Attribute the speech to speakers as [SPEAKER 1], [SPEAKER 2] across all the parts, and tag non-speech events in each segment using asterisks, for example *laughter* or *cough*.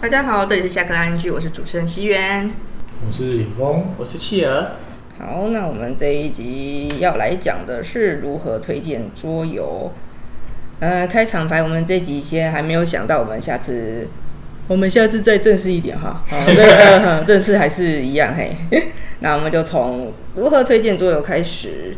[SPEAKER 1] 大家好，这里是下课安居，我是主持人西元。
[SPEAKER 2] 我是李峰，
[SPEAKER 3] 我是企鹅，
[SPEAKER 1] 好，那我们这一集要来讲的是如何推荐桌游。呃，开场白我们这集先还没有想到，我们下次我们下次再正式一点哈。好，这个、呃、正式还是一样嘿。 *laughs* 那我们就从如何推荐桌游开始。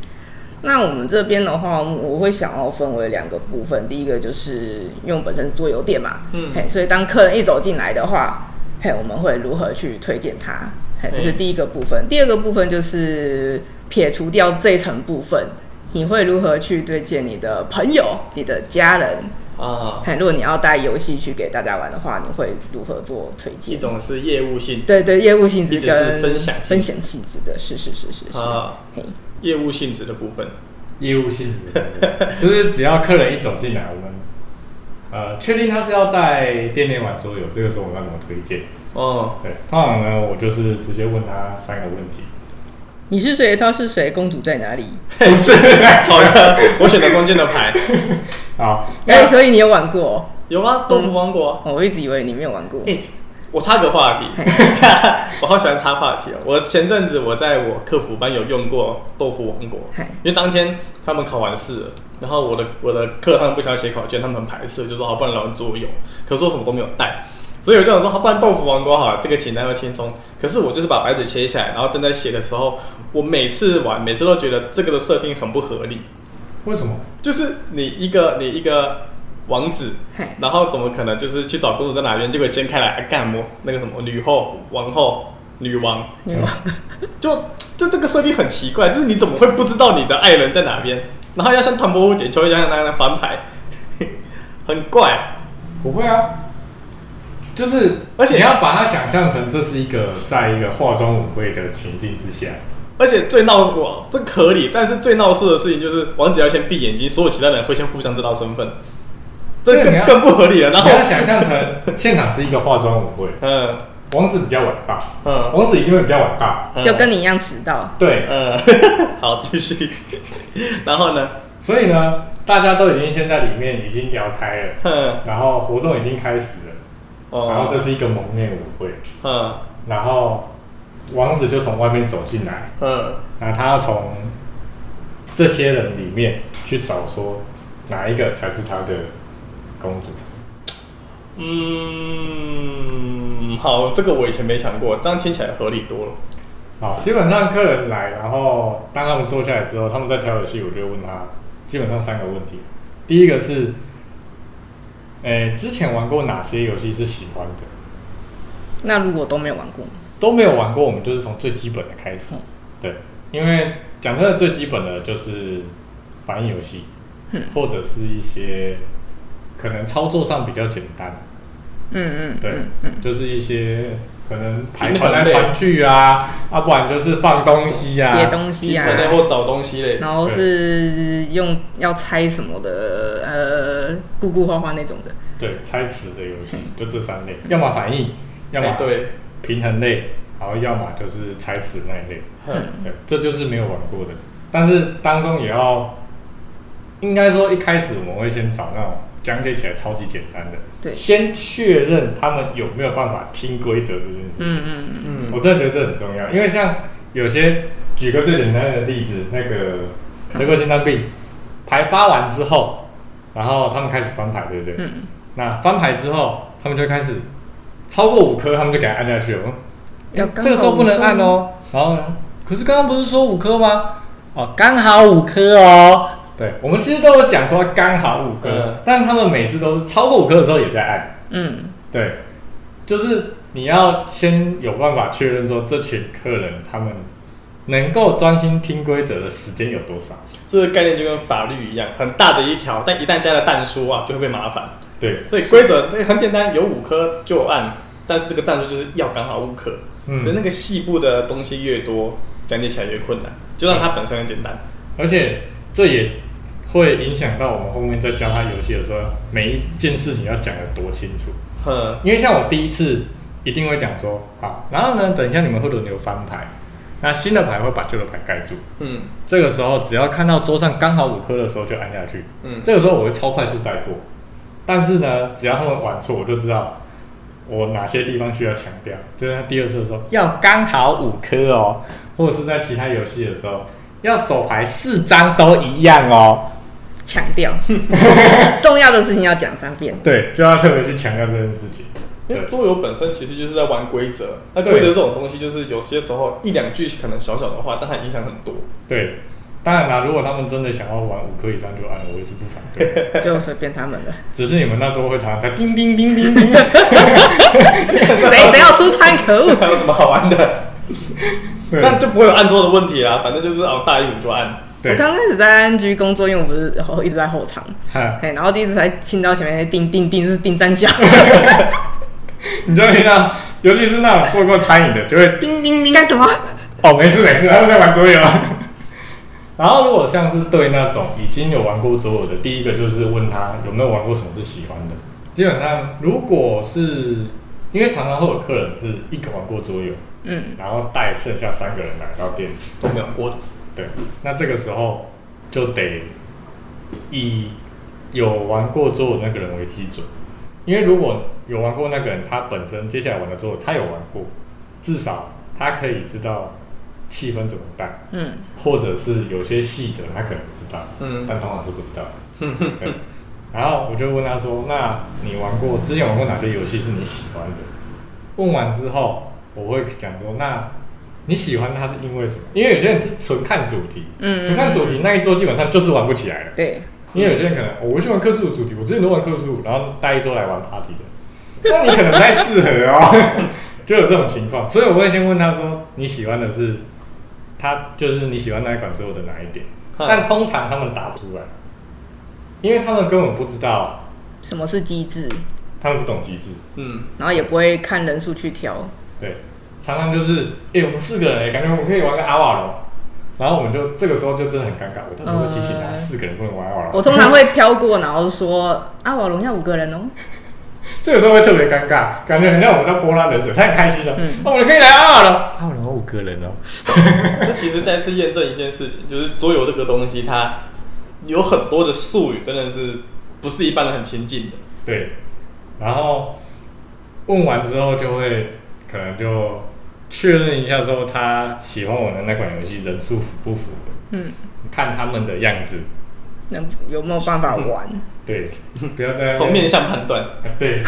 [SPEAKER 1] 那我们这边的话，我会想要分为两个部分。第一个就是因为我们本身是桌游店嘛，
[SPEAKER 3] 嗯
[SPEAKER 1] 嘿，所以当客人一走进来的话，嘿，我们会如何去推荐他？嘿，这是
[SPEAKER 3] 嗯
[SPEAKER 1] 第一个部分。第二个部分就是撇除掉这一层部分，你会如何去推荐你的朋友、你的家人？
[SPEAKER 3] 啊、
[SPEAKER 1] 嘿，如果你要带游戏去给大家玩的话，你会如何做推
[SPEAKER 3] 一
[SPEAKER 1] 荐？
[SPEAKER 3] 种是业务性质
[SPEAKER 1] 对对，业务性质
[SPEAKER 3] 一直是
[SPEAKER 1] 跟
[SPEAKER 3] 分享性质
[SPEAKER 1] 分享性质的，是是是是是，
[SPEAKER 3] 啊、
[SPEAKER 1] 嘿。
[SPEAKER 3] 业务性质的部分，
[SPEAKER 2] 业务性质，就是只要客人一走进来，我们呃确定他是要在店内玩桌游，这个时候我们要怎么推荐？
[SPEAKER 3] 哦、 *laughs*
[SPEAKER 2] 对，通常呢，我就是直接问他三个问题，
[SPEAKER 1] 你是谁？他是谁？公主在哪里？
[SPEAKER 2] 不是，
[SPEAKER 3] 好的，我选择中间的牌，啊
[SPEAKER 2] 好，
[SPEAKER 1] 哎、所以你有玩过、
[SPEAKER 3] 有啊，豆腐王国，
[SPEAKER 1] 哦？我一直以为你没有玩过。
[SPEAKER 3] 哎、我插个话题，我好喜欢插话题哦，我前阵子我在我客服班有用过豆腐王国，
[SPEAKER 1] 嗨
[SPEAKER 3] 因为当天他们考完试了，然后我的我的课他们不想写考卷，他们很排斥，就说好，不然来玩桌游。可是我什么都没有带，所以我就想说，好，不然豆腐王国好了，这个简单又轻松。可是我就是把白纸切下来，然后正在写的时候，我每次玩，每次都觉得这个的设定很不合理，
[SPEAKER 2] 为什么？
[SPEAKER 3] 就是你一个你一个王子，
[SPEAKER 1] 嗨，
[SPEAKER 3] 然后怎么可能就是去找公主在哪边？结果掀开来，啊干么那个什么女后、王后、女王，
[SPEAKER 1] 你有玩
[SPEAKER 3] 就这这个设定很奇怪，就是你怎么会不知道你的爱人在哪边？然后要像唐伯虎点秋香那样翻牌， *laughs* 很怪。
[SPEAKER 2] 不会啊，就是
[SPEAKER 3] 而且
[SPEAKER 2] 你要把它想象成这是一个在一个化妆舞会的情境之下，
[SPEAKER 3] 而且最闹我这合理，但是最闹事的事情就是王子要先闭眼睛，所有其他人会先互相知道身份，这
[SPEAKER 2] 对你
[SPEAKER 3] 更
[SPEAKER 2] 要
[SPEAKER 3] 更不合理了。然
[SPEAKER 2] 你
[SPEAKER 3] 后
[SPEAKER 2] 要，想象成现场是一个化妆舞会，
[SPEAKER 3] 嗯
[SPEAKER 2] 王子比较晚到，
[SPEAKER 3] 嗯
[SPEAKER 2] 王子一定会比较晚到，
[SPEAKER 3] 嗯，
[SPEAKER 1] 就跟你一样迟到。
[SPEAKER 2] 对，
[SPEAKER 3] 嗯， *laughs* 好继续。然后呢，
[SPEAKER 2] 所以呢，大家都已经先在里面已经聊开了，
[SPEAKER 3] 嗯
[SPEAKER 2] 然后活动已经开始了，然后
[SPEAKER 3] 哦
[SPEAKER 2] 这是一个蒙面舞会，
[SPEAKER 3] 嗯
[SPEAKER 2] 然后王子就从外面走进来，
[SPEAKER 3] 嗯
[SPEAKER 2] 然后他要从这些人里面去找说哪一个才是他的公主。
[SPEAKER 3] 嗯，好，这个我以前没想过，这样听起来合理多了。
[SPEAKER 2] 好，哦基本上客人来，然后当他们坐下来之后，他们在挑游戏，我就问他基本上三个问题。第一个是，诶、之前玩过哪些游戏是喜欢的？
[SPEAKER 1] 那如果都没有玩过呢，
[SPEAKER 2] 都没有玩过，我们就是从最基本的开始。
[SPEAKER 1] 嗯
[SPEAKER 2] 对，因为讲真的，最基本的就是反应游戏，
[SPEAKER 1] 嗯
[SPEAKER 2] 或者是一些可能操作上比较简单，
[SPEAKER 1] 嗯嗯，
[SPEAKER 2] 对，
[SPEAKER 1] 嗯嗯，
[SPEAKER 2] 就是一些可能排
[SPEAKER 3] 平
[SPEAKER 2] 传
[SPEAKER 3] 衡
[SPEAKER 2] 来
[SPEAKER 3] 类
[SPEAKER 2] 传去啊，啊，不然就是放东西啊，
[SPEAKER 1] 叠东西啊
[SPEAKER 3] 可，能或找东西嘞。哎
[SPEAKER 1] 然后是用要猜什么的，呃，咕咕花花那种的。
[SPEAKER 2] 对，猜词的游戏，
[SPEAKER 1] 嗯
[SPEAKER 2] 就这三类，要么反应，要
[SPEAKER 3] 哎
[SPEAKER 2] 么
[SPEAKER 3] 对，
[SPEAKER 2] 平衡类，然后要么就是猜词那一类。
[SPEAKER 3] 嗯
[SPEAKER 2] 对，这就是没有玩过的。但是当中也要，应该说一开始我们会先找那种讲解起来超级简单的，
[SPEAKER 1] 对
[SPEAKER 2] 先确认他们有没有办法听规则这件事情。
[SPEAKER 1] 嗯嗯嗯，
[SPEAKER 3] 嗯
[SPEAKER 2] 我真的觉得这很重要，因为像有些举个最简单的例子，那个德国心脏病牌发完之后，然后他们开始翻牌，对不对？
[SPEAKER 1] 嗯
[SPEAKER 2] 那翻牌之后，他们就开始超过五颗，他们就给它按下去了。
[SPEAKER 1] 要
[SPEAKER 2] 欸
[SPEAKER 1] 刚好
[SPEAKER 2] 这个时候不能按哦。然后呢？可是刚刚不是说五颗吗？哦，刚好五颗哦。对，我们其实都有讲说刚好五颗，
[SPEAKER 3] 嗯
[SPEAKER 2] 但他们每次都是超过五颗的时候也在按。
[SPEAKER 1] 嗯，
[SPEAKER 2] 对，就是你要先有办法确认说这群客人他们能够专心听规则的时间有多少。
[SPEAKER 3] 这个概念就跟法律一样，很大的一条，但一旦加了弹书啊，就会被麻烦。
[SPEAKER 2] 对，
[SPEAKER 3] 所以规则哎很简单，有五颗就按，但是这个弹书就是要刚好五颗，
[SPEAKER 2] 嗯
[SPEAKER 3] 所以那个细部的东西越多，讲解起来越困难，就让它本身很简单。
[SPEAKER 2] 而且这也会影响到我们后面在教他游戏的时候，每一件事情要讲得多清楚。
[SPEAKER 3] 嗯
[SPEAKER 2] 因为像我第一次一定会讲说好，然后呢，等一下你们会轮流翻牌，那新的牌会把旧的牌盖住。
[SPEAKER 3] 嗯
[SPEAKER 2] 这个时候只要看到桌上刚好五颗的时候就按下去，
[SPEAKER 3] 嗯
[SPEAKER 2] 这个时候我会超快速带过。但是呢，只要他们玩错，我就知道我哪些地方需要强调，就是他第二次的时候要刚好五颗哦，或者是在其他游戏的时候要手牌四张都一样哦。
[SPEAKER 1] 强 *laughs* 调重要的事情要讲三 *laughs* 遍。
[SPEAKER 2] 对，就要特别去强调这件事情。
[SPEAKER 3] 因为
[SPEAKER 2] 对
[SPEAKER 3] 桌游本身其实就是在玩规则，那
[SPEAKER 2] 对
[SPEAKER 3] 规则这种东西，就是有些时候一两句可能小小的话，但它影响很多。
[SPEAKER 2] 对，当然啦，如果他们真的想要玩五颗以上就按，我也是不反 *laughs* 对。
[SPEAKER 1] 就随便他们了。
[SPEAKER 2] 只是你们那时候会常常在叮叮叮叮叮，
[SPEAKER 1] 谁谁要出餐？可恶！
[SPEAKER 3] 还有什么好玩的？
[SPEAKER 2] 对
[SPEAKER 3] 但就不会有按桌的问题啦，反正就是哦，大一五就按。
[SPEAKER 1] 我
[SPEAKER 2] 对，
[SPEAKER 1] 刚开始在 NG 工作，因为我不是后一直在后场，
[SPEAKER 2] *laughs* 哈，
[SPEAKER 1] 哎，然后就一直在听到前面哎那叮叮叮是 *laughs* 叮三下，
[SPEAKER 2] 你就会听到，尤其是那种做过餐饮的，就会叮叮
[SPEAKER 1] 你
[SPEAKER 2] 叮。
[SPEAKER 1] 干什么？
[SPEAKER 2] 哦，没事没事，他们在玩桌游。 *laughs* 然后，如果像是对那种已经有玩过桌游的，第一个就是问他有没有玩过什么是喜欢的。基本上，如果是因为常常会有客人是一个玩过桌游，
[SPEAKER 1] 嗯，
[SPEAKER 2] 然后带剩下三个人来到店里，
[SPEAKER 3] 都没有过，
[SPEAKER 2] 对，那这个时候就得以有玩过桌游那个人为基准，因为如果有玩过那个人，他本身接下来玩的桌游他有玩过，至少他可以知道气氛怎么带，
[SPEAKER 1] 嗯，
[SPEAKER 2] 或者是有些细则他可能知道，
[SPEAKER 3] 嗯
[SPEAKER 2] 但通常是不知道 *laughs* 的。对然后我就问他说：“那你玩过之前玩过哪些游戏是你喜欢的？”问完之后，我会讲说：“那你喜欢它是因为什么？”因为有些人是纯看主题，
[SPEAKER 1] 嗯
[SPEAKER 2] 纯看主题那一周基本上就是玩不起来了。
[SPEAKER 1] 对，
[SPEAKER 2] 因为有些人可能、哦我喜欢克数的主题，我之前都玩克数，然后带一周来玩 party 的，那你可能不太适合哦， *laughs* 就有这种情况。所以我会先问他说：“你喜欢的是他就是你喜欢那一款桌游的哪一点？”
[SPEAKER 3] 嗯
[SPEAKER 2] 但通常他们答不出来，因为他们根本不知道，
[SPEAKER 1] 什么是机制？
[SPEAKER 2] 他们不懂机制。
[SPEAKER 3] 嗯，
[SPEAKER 1] 然后也不会看人数去挑，
[SPEAKER 2] 对，常常就是，哎、我们四个人、诶感觉我们可以玩个阿瓦隆，然后我们就这个时候就真的很尴尬。我通常会提醒他，
[SPEAKER 1] 呃
[SPEAKER 2] 四个人不能玩阿瓦
[SPEAKER 1] 我
[SPEAKER 2] 隆，
[SPEAKER 1] 通常会飘过，然后说啊，瓦龙要五个人哦，
[SPEAKER 2] 这个时候会特别尴尬，感觉很像我们在泼他冷水，他很开心的，
[SPEAKER 1] 嗯
[SPEAKER 2] 那、我们可以来阿瓦隆，阿瓦隆五个人哦，
[SPEAKER 3] 那其实再次验证一件事情，就是桌游这个东西，它有很多的术语，真的是不是一般人很亲近的。
[SPEAKER 2] 对，然后问完之后就会可能就确认一下说他喜欢我的那款游戏人数符不符合。
[SPEAKER 1] 嗯，
[SPEAKER 2] 看他们的样子，
[SPEAKER 1] 那有没有办法玩？
[SPEAKER 2] 对， *laughs* 不要再
[SPEAKER 3] 从面相判断，
[SPEAKER 2] 啊对，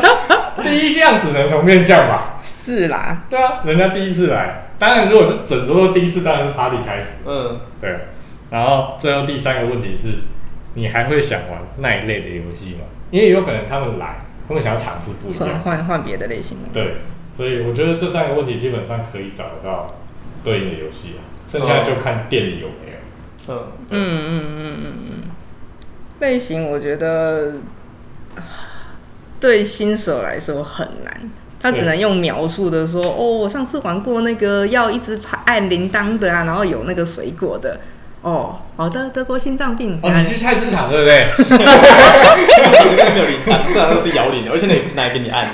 [SPEAKER 2] *laughs* 第一项只能从面相吧？
[SPEAKER 1] 是啦，
[SPEAKER 2] 对啊，人家第一次来，当然如果是整桌都第一次，当然是 party 开始，
[SPEAKER 3] 嗯，
[SPEAKER 2] 对。然后最后第三个问题是，你还会想玩那一类的游戏吗？因为有可能他们来，他们想要尝试不
[SPEAKER 1] *laughs*
[SPEAKER 2] 一
[SPEAKER 1] 换
[SPEAKER 2] 样，
[SPEAKER 1] 换换别的类型的，
[SPEAKER 2] 对，所以我觉得这三个问题基本上可以找得到对应的游戏啊，剩下就看店里有没有。
[SPEAKER 3] 嗯，
[SPEAKER 1] 嗯
[SPEAKER 3] *laughs*
[SPEAKER 1] 嗯嗯嗯嗯，类型我觉得对新手来说很难。他只能用描述的说，哦，我上次玩过那个要一直拍按铃铛的啊，然后有那个水果的，哦，好的，德国心脏病，
[SPEAKER 2] 哦，你去菜市场对不对？
[SPEAKER 3] 那个没有铃铛，虽然都是摇铃的，而且那也不是拿来给你按
[SPEAKER 2] *laughs*
[SPEAKER 3] 的，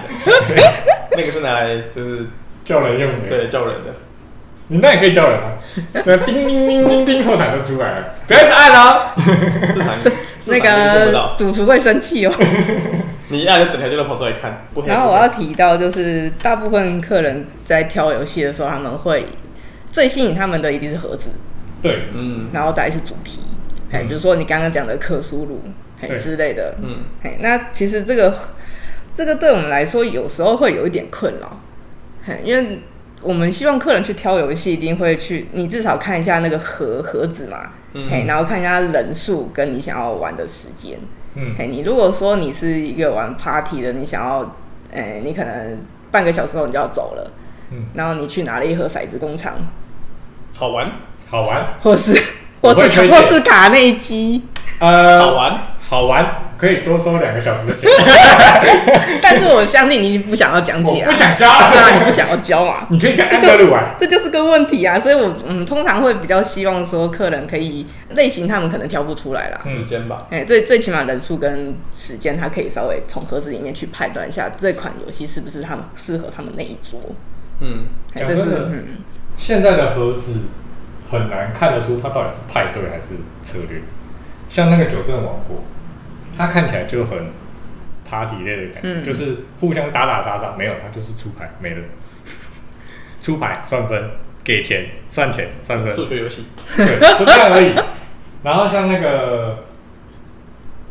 [SPEAKER 3] 那个是拿来就是
[SPEAKER 2] 叫人用的。
[SPEAKER 3] 对叫人的。
[SPEAKER 2] 你那也可以叫人啊，对，叮叮叮叮叮，后台就出来了，不要一直按哦。
[SPEAKER 1] *laughs*
[SPEAKER 3] *laughs* 市场
[SPEAKER 1] 是那
[SPEAKER 3] 市场就做不
[SPEAKER 1] 个
[SPEAKER 3] 到，
[SPEAKER 1] 主厨会生气哦。
[SPEAKER 3] 你一按就整条街都跑出来看。不黑
[SPEAKER 1] 然后
[SPEAKER 3] 不
[SPEAKER 1] 我
[SPEAKER 3] 白
[SPEAKER 1] 要提到，就是大部分客人在挑游戏的时候，他们会最吸引他们的一定是盒子，
[SPEAKER 2] 对，
[SPEAKER 3] 嗯
[SPEAKER 1] 然后再来是主题，哎、比如说你刚刚讲的克苏鲁，哎
[SPEAKER 2] 嗯对
[SPEAKER 1] 之类的，
[SPEAKER 3] 嗯，
[SPEAKER 1] 哎，那其实这个这个对我们来说有时候会有一点困扰，哎，因为我们希望客人去挑游戏，一定会去你至少看一下那个盒盒子嘛，
[SPEAKER 3] 嗯
[SPEAKER 1] 哎，然后看一下人数跟你想要玩的时间，
[SPEAKER 2] 嗯，
[SPEAKER 1] 嘿，你如果说你是一个玩 party 的，你想要，诶、你可能半个小时后你就要走了，
[SPEAKER 2] 嗯
[SPEAKER 1] 然后你去拿了一盒骰子工厂，
[SPEAKER 3] 好玩，
[SPEAKER 2] 好玩，
[SPEAKER 1] 或是
[SPEAKER 2] 我
[SPEAKER 1] 或是
[SPEAKER 2] 会
[SPEAKER 1] 卡
[SPEAKER 2] 推
[SPEAKER 1] 或
[SPEAKER 2] 荐
[SPEAKER 1] 是卡内基，
[SPEAKER 3] 好
[SPEAKER 2] 呃，
[SPEAKER 3] 玩，
[SPEAKER 2] 好玩，可以多收两个小时的钱，
[SPEAKER 1] 但是我相信你不想要讲解
[SPEAKER 2] 我
[SPEAKER 1] 啊
[SPEAKER 2] 不，想交。
[SPEAKER 1] 对啊， *laughs* 你不想要教嘛，
[SPEAKER 2] 你可以跟
[SPEAKER 1] 这
[SPEAKER 2] 安
[SPEAKER 1] 就
[SPEAKER 2] 德
[SPEAKER 1] 是
[SPEAKER 2] 鲁玩，
[SPEAKER 1] 这就是个问题啊，所以我嗯通常会比较希望说客人可以类型他们可能挑不出来啦。
[SPEAKER 2] 嗯
[SPEAKER 3] 时间吧。
[SPEAKER 1] 哎、最最起码人数跟时间，他可以稍微从盒子里面去判断一下这款游戏是不是他们适合他们那一桌。
[SPEAKER 3] 嗯，
[SPEAKER 1] 哎
[SPEAKER 2] 讲
[SPEAKER 1] 这
[SPEAKER 2] 真
[SPEAKER 1] 是
[SPEAKER 2] 的
[SPEAKER 1] 嗯，
[SPEAKER 2] 现在的盒子很难看得出它到底是派对还是策略。像那个九正王国，它看起来就很 party 类的感觉，
[SPEAKER 1] 嗯
[SPEAKER 2] 就是互相打打杀杀，没有，他就是出牌没了， *laughs* 出牌算分，给钱算钱算分，
[SPEAKER 3] 数学游戏，
[SPEAKER 2] 对，就这样而已。然后像那个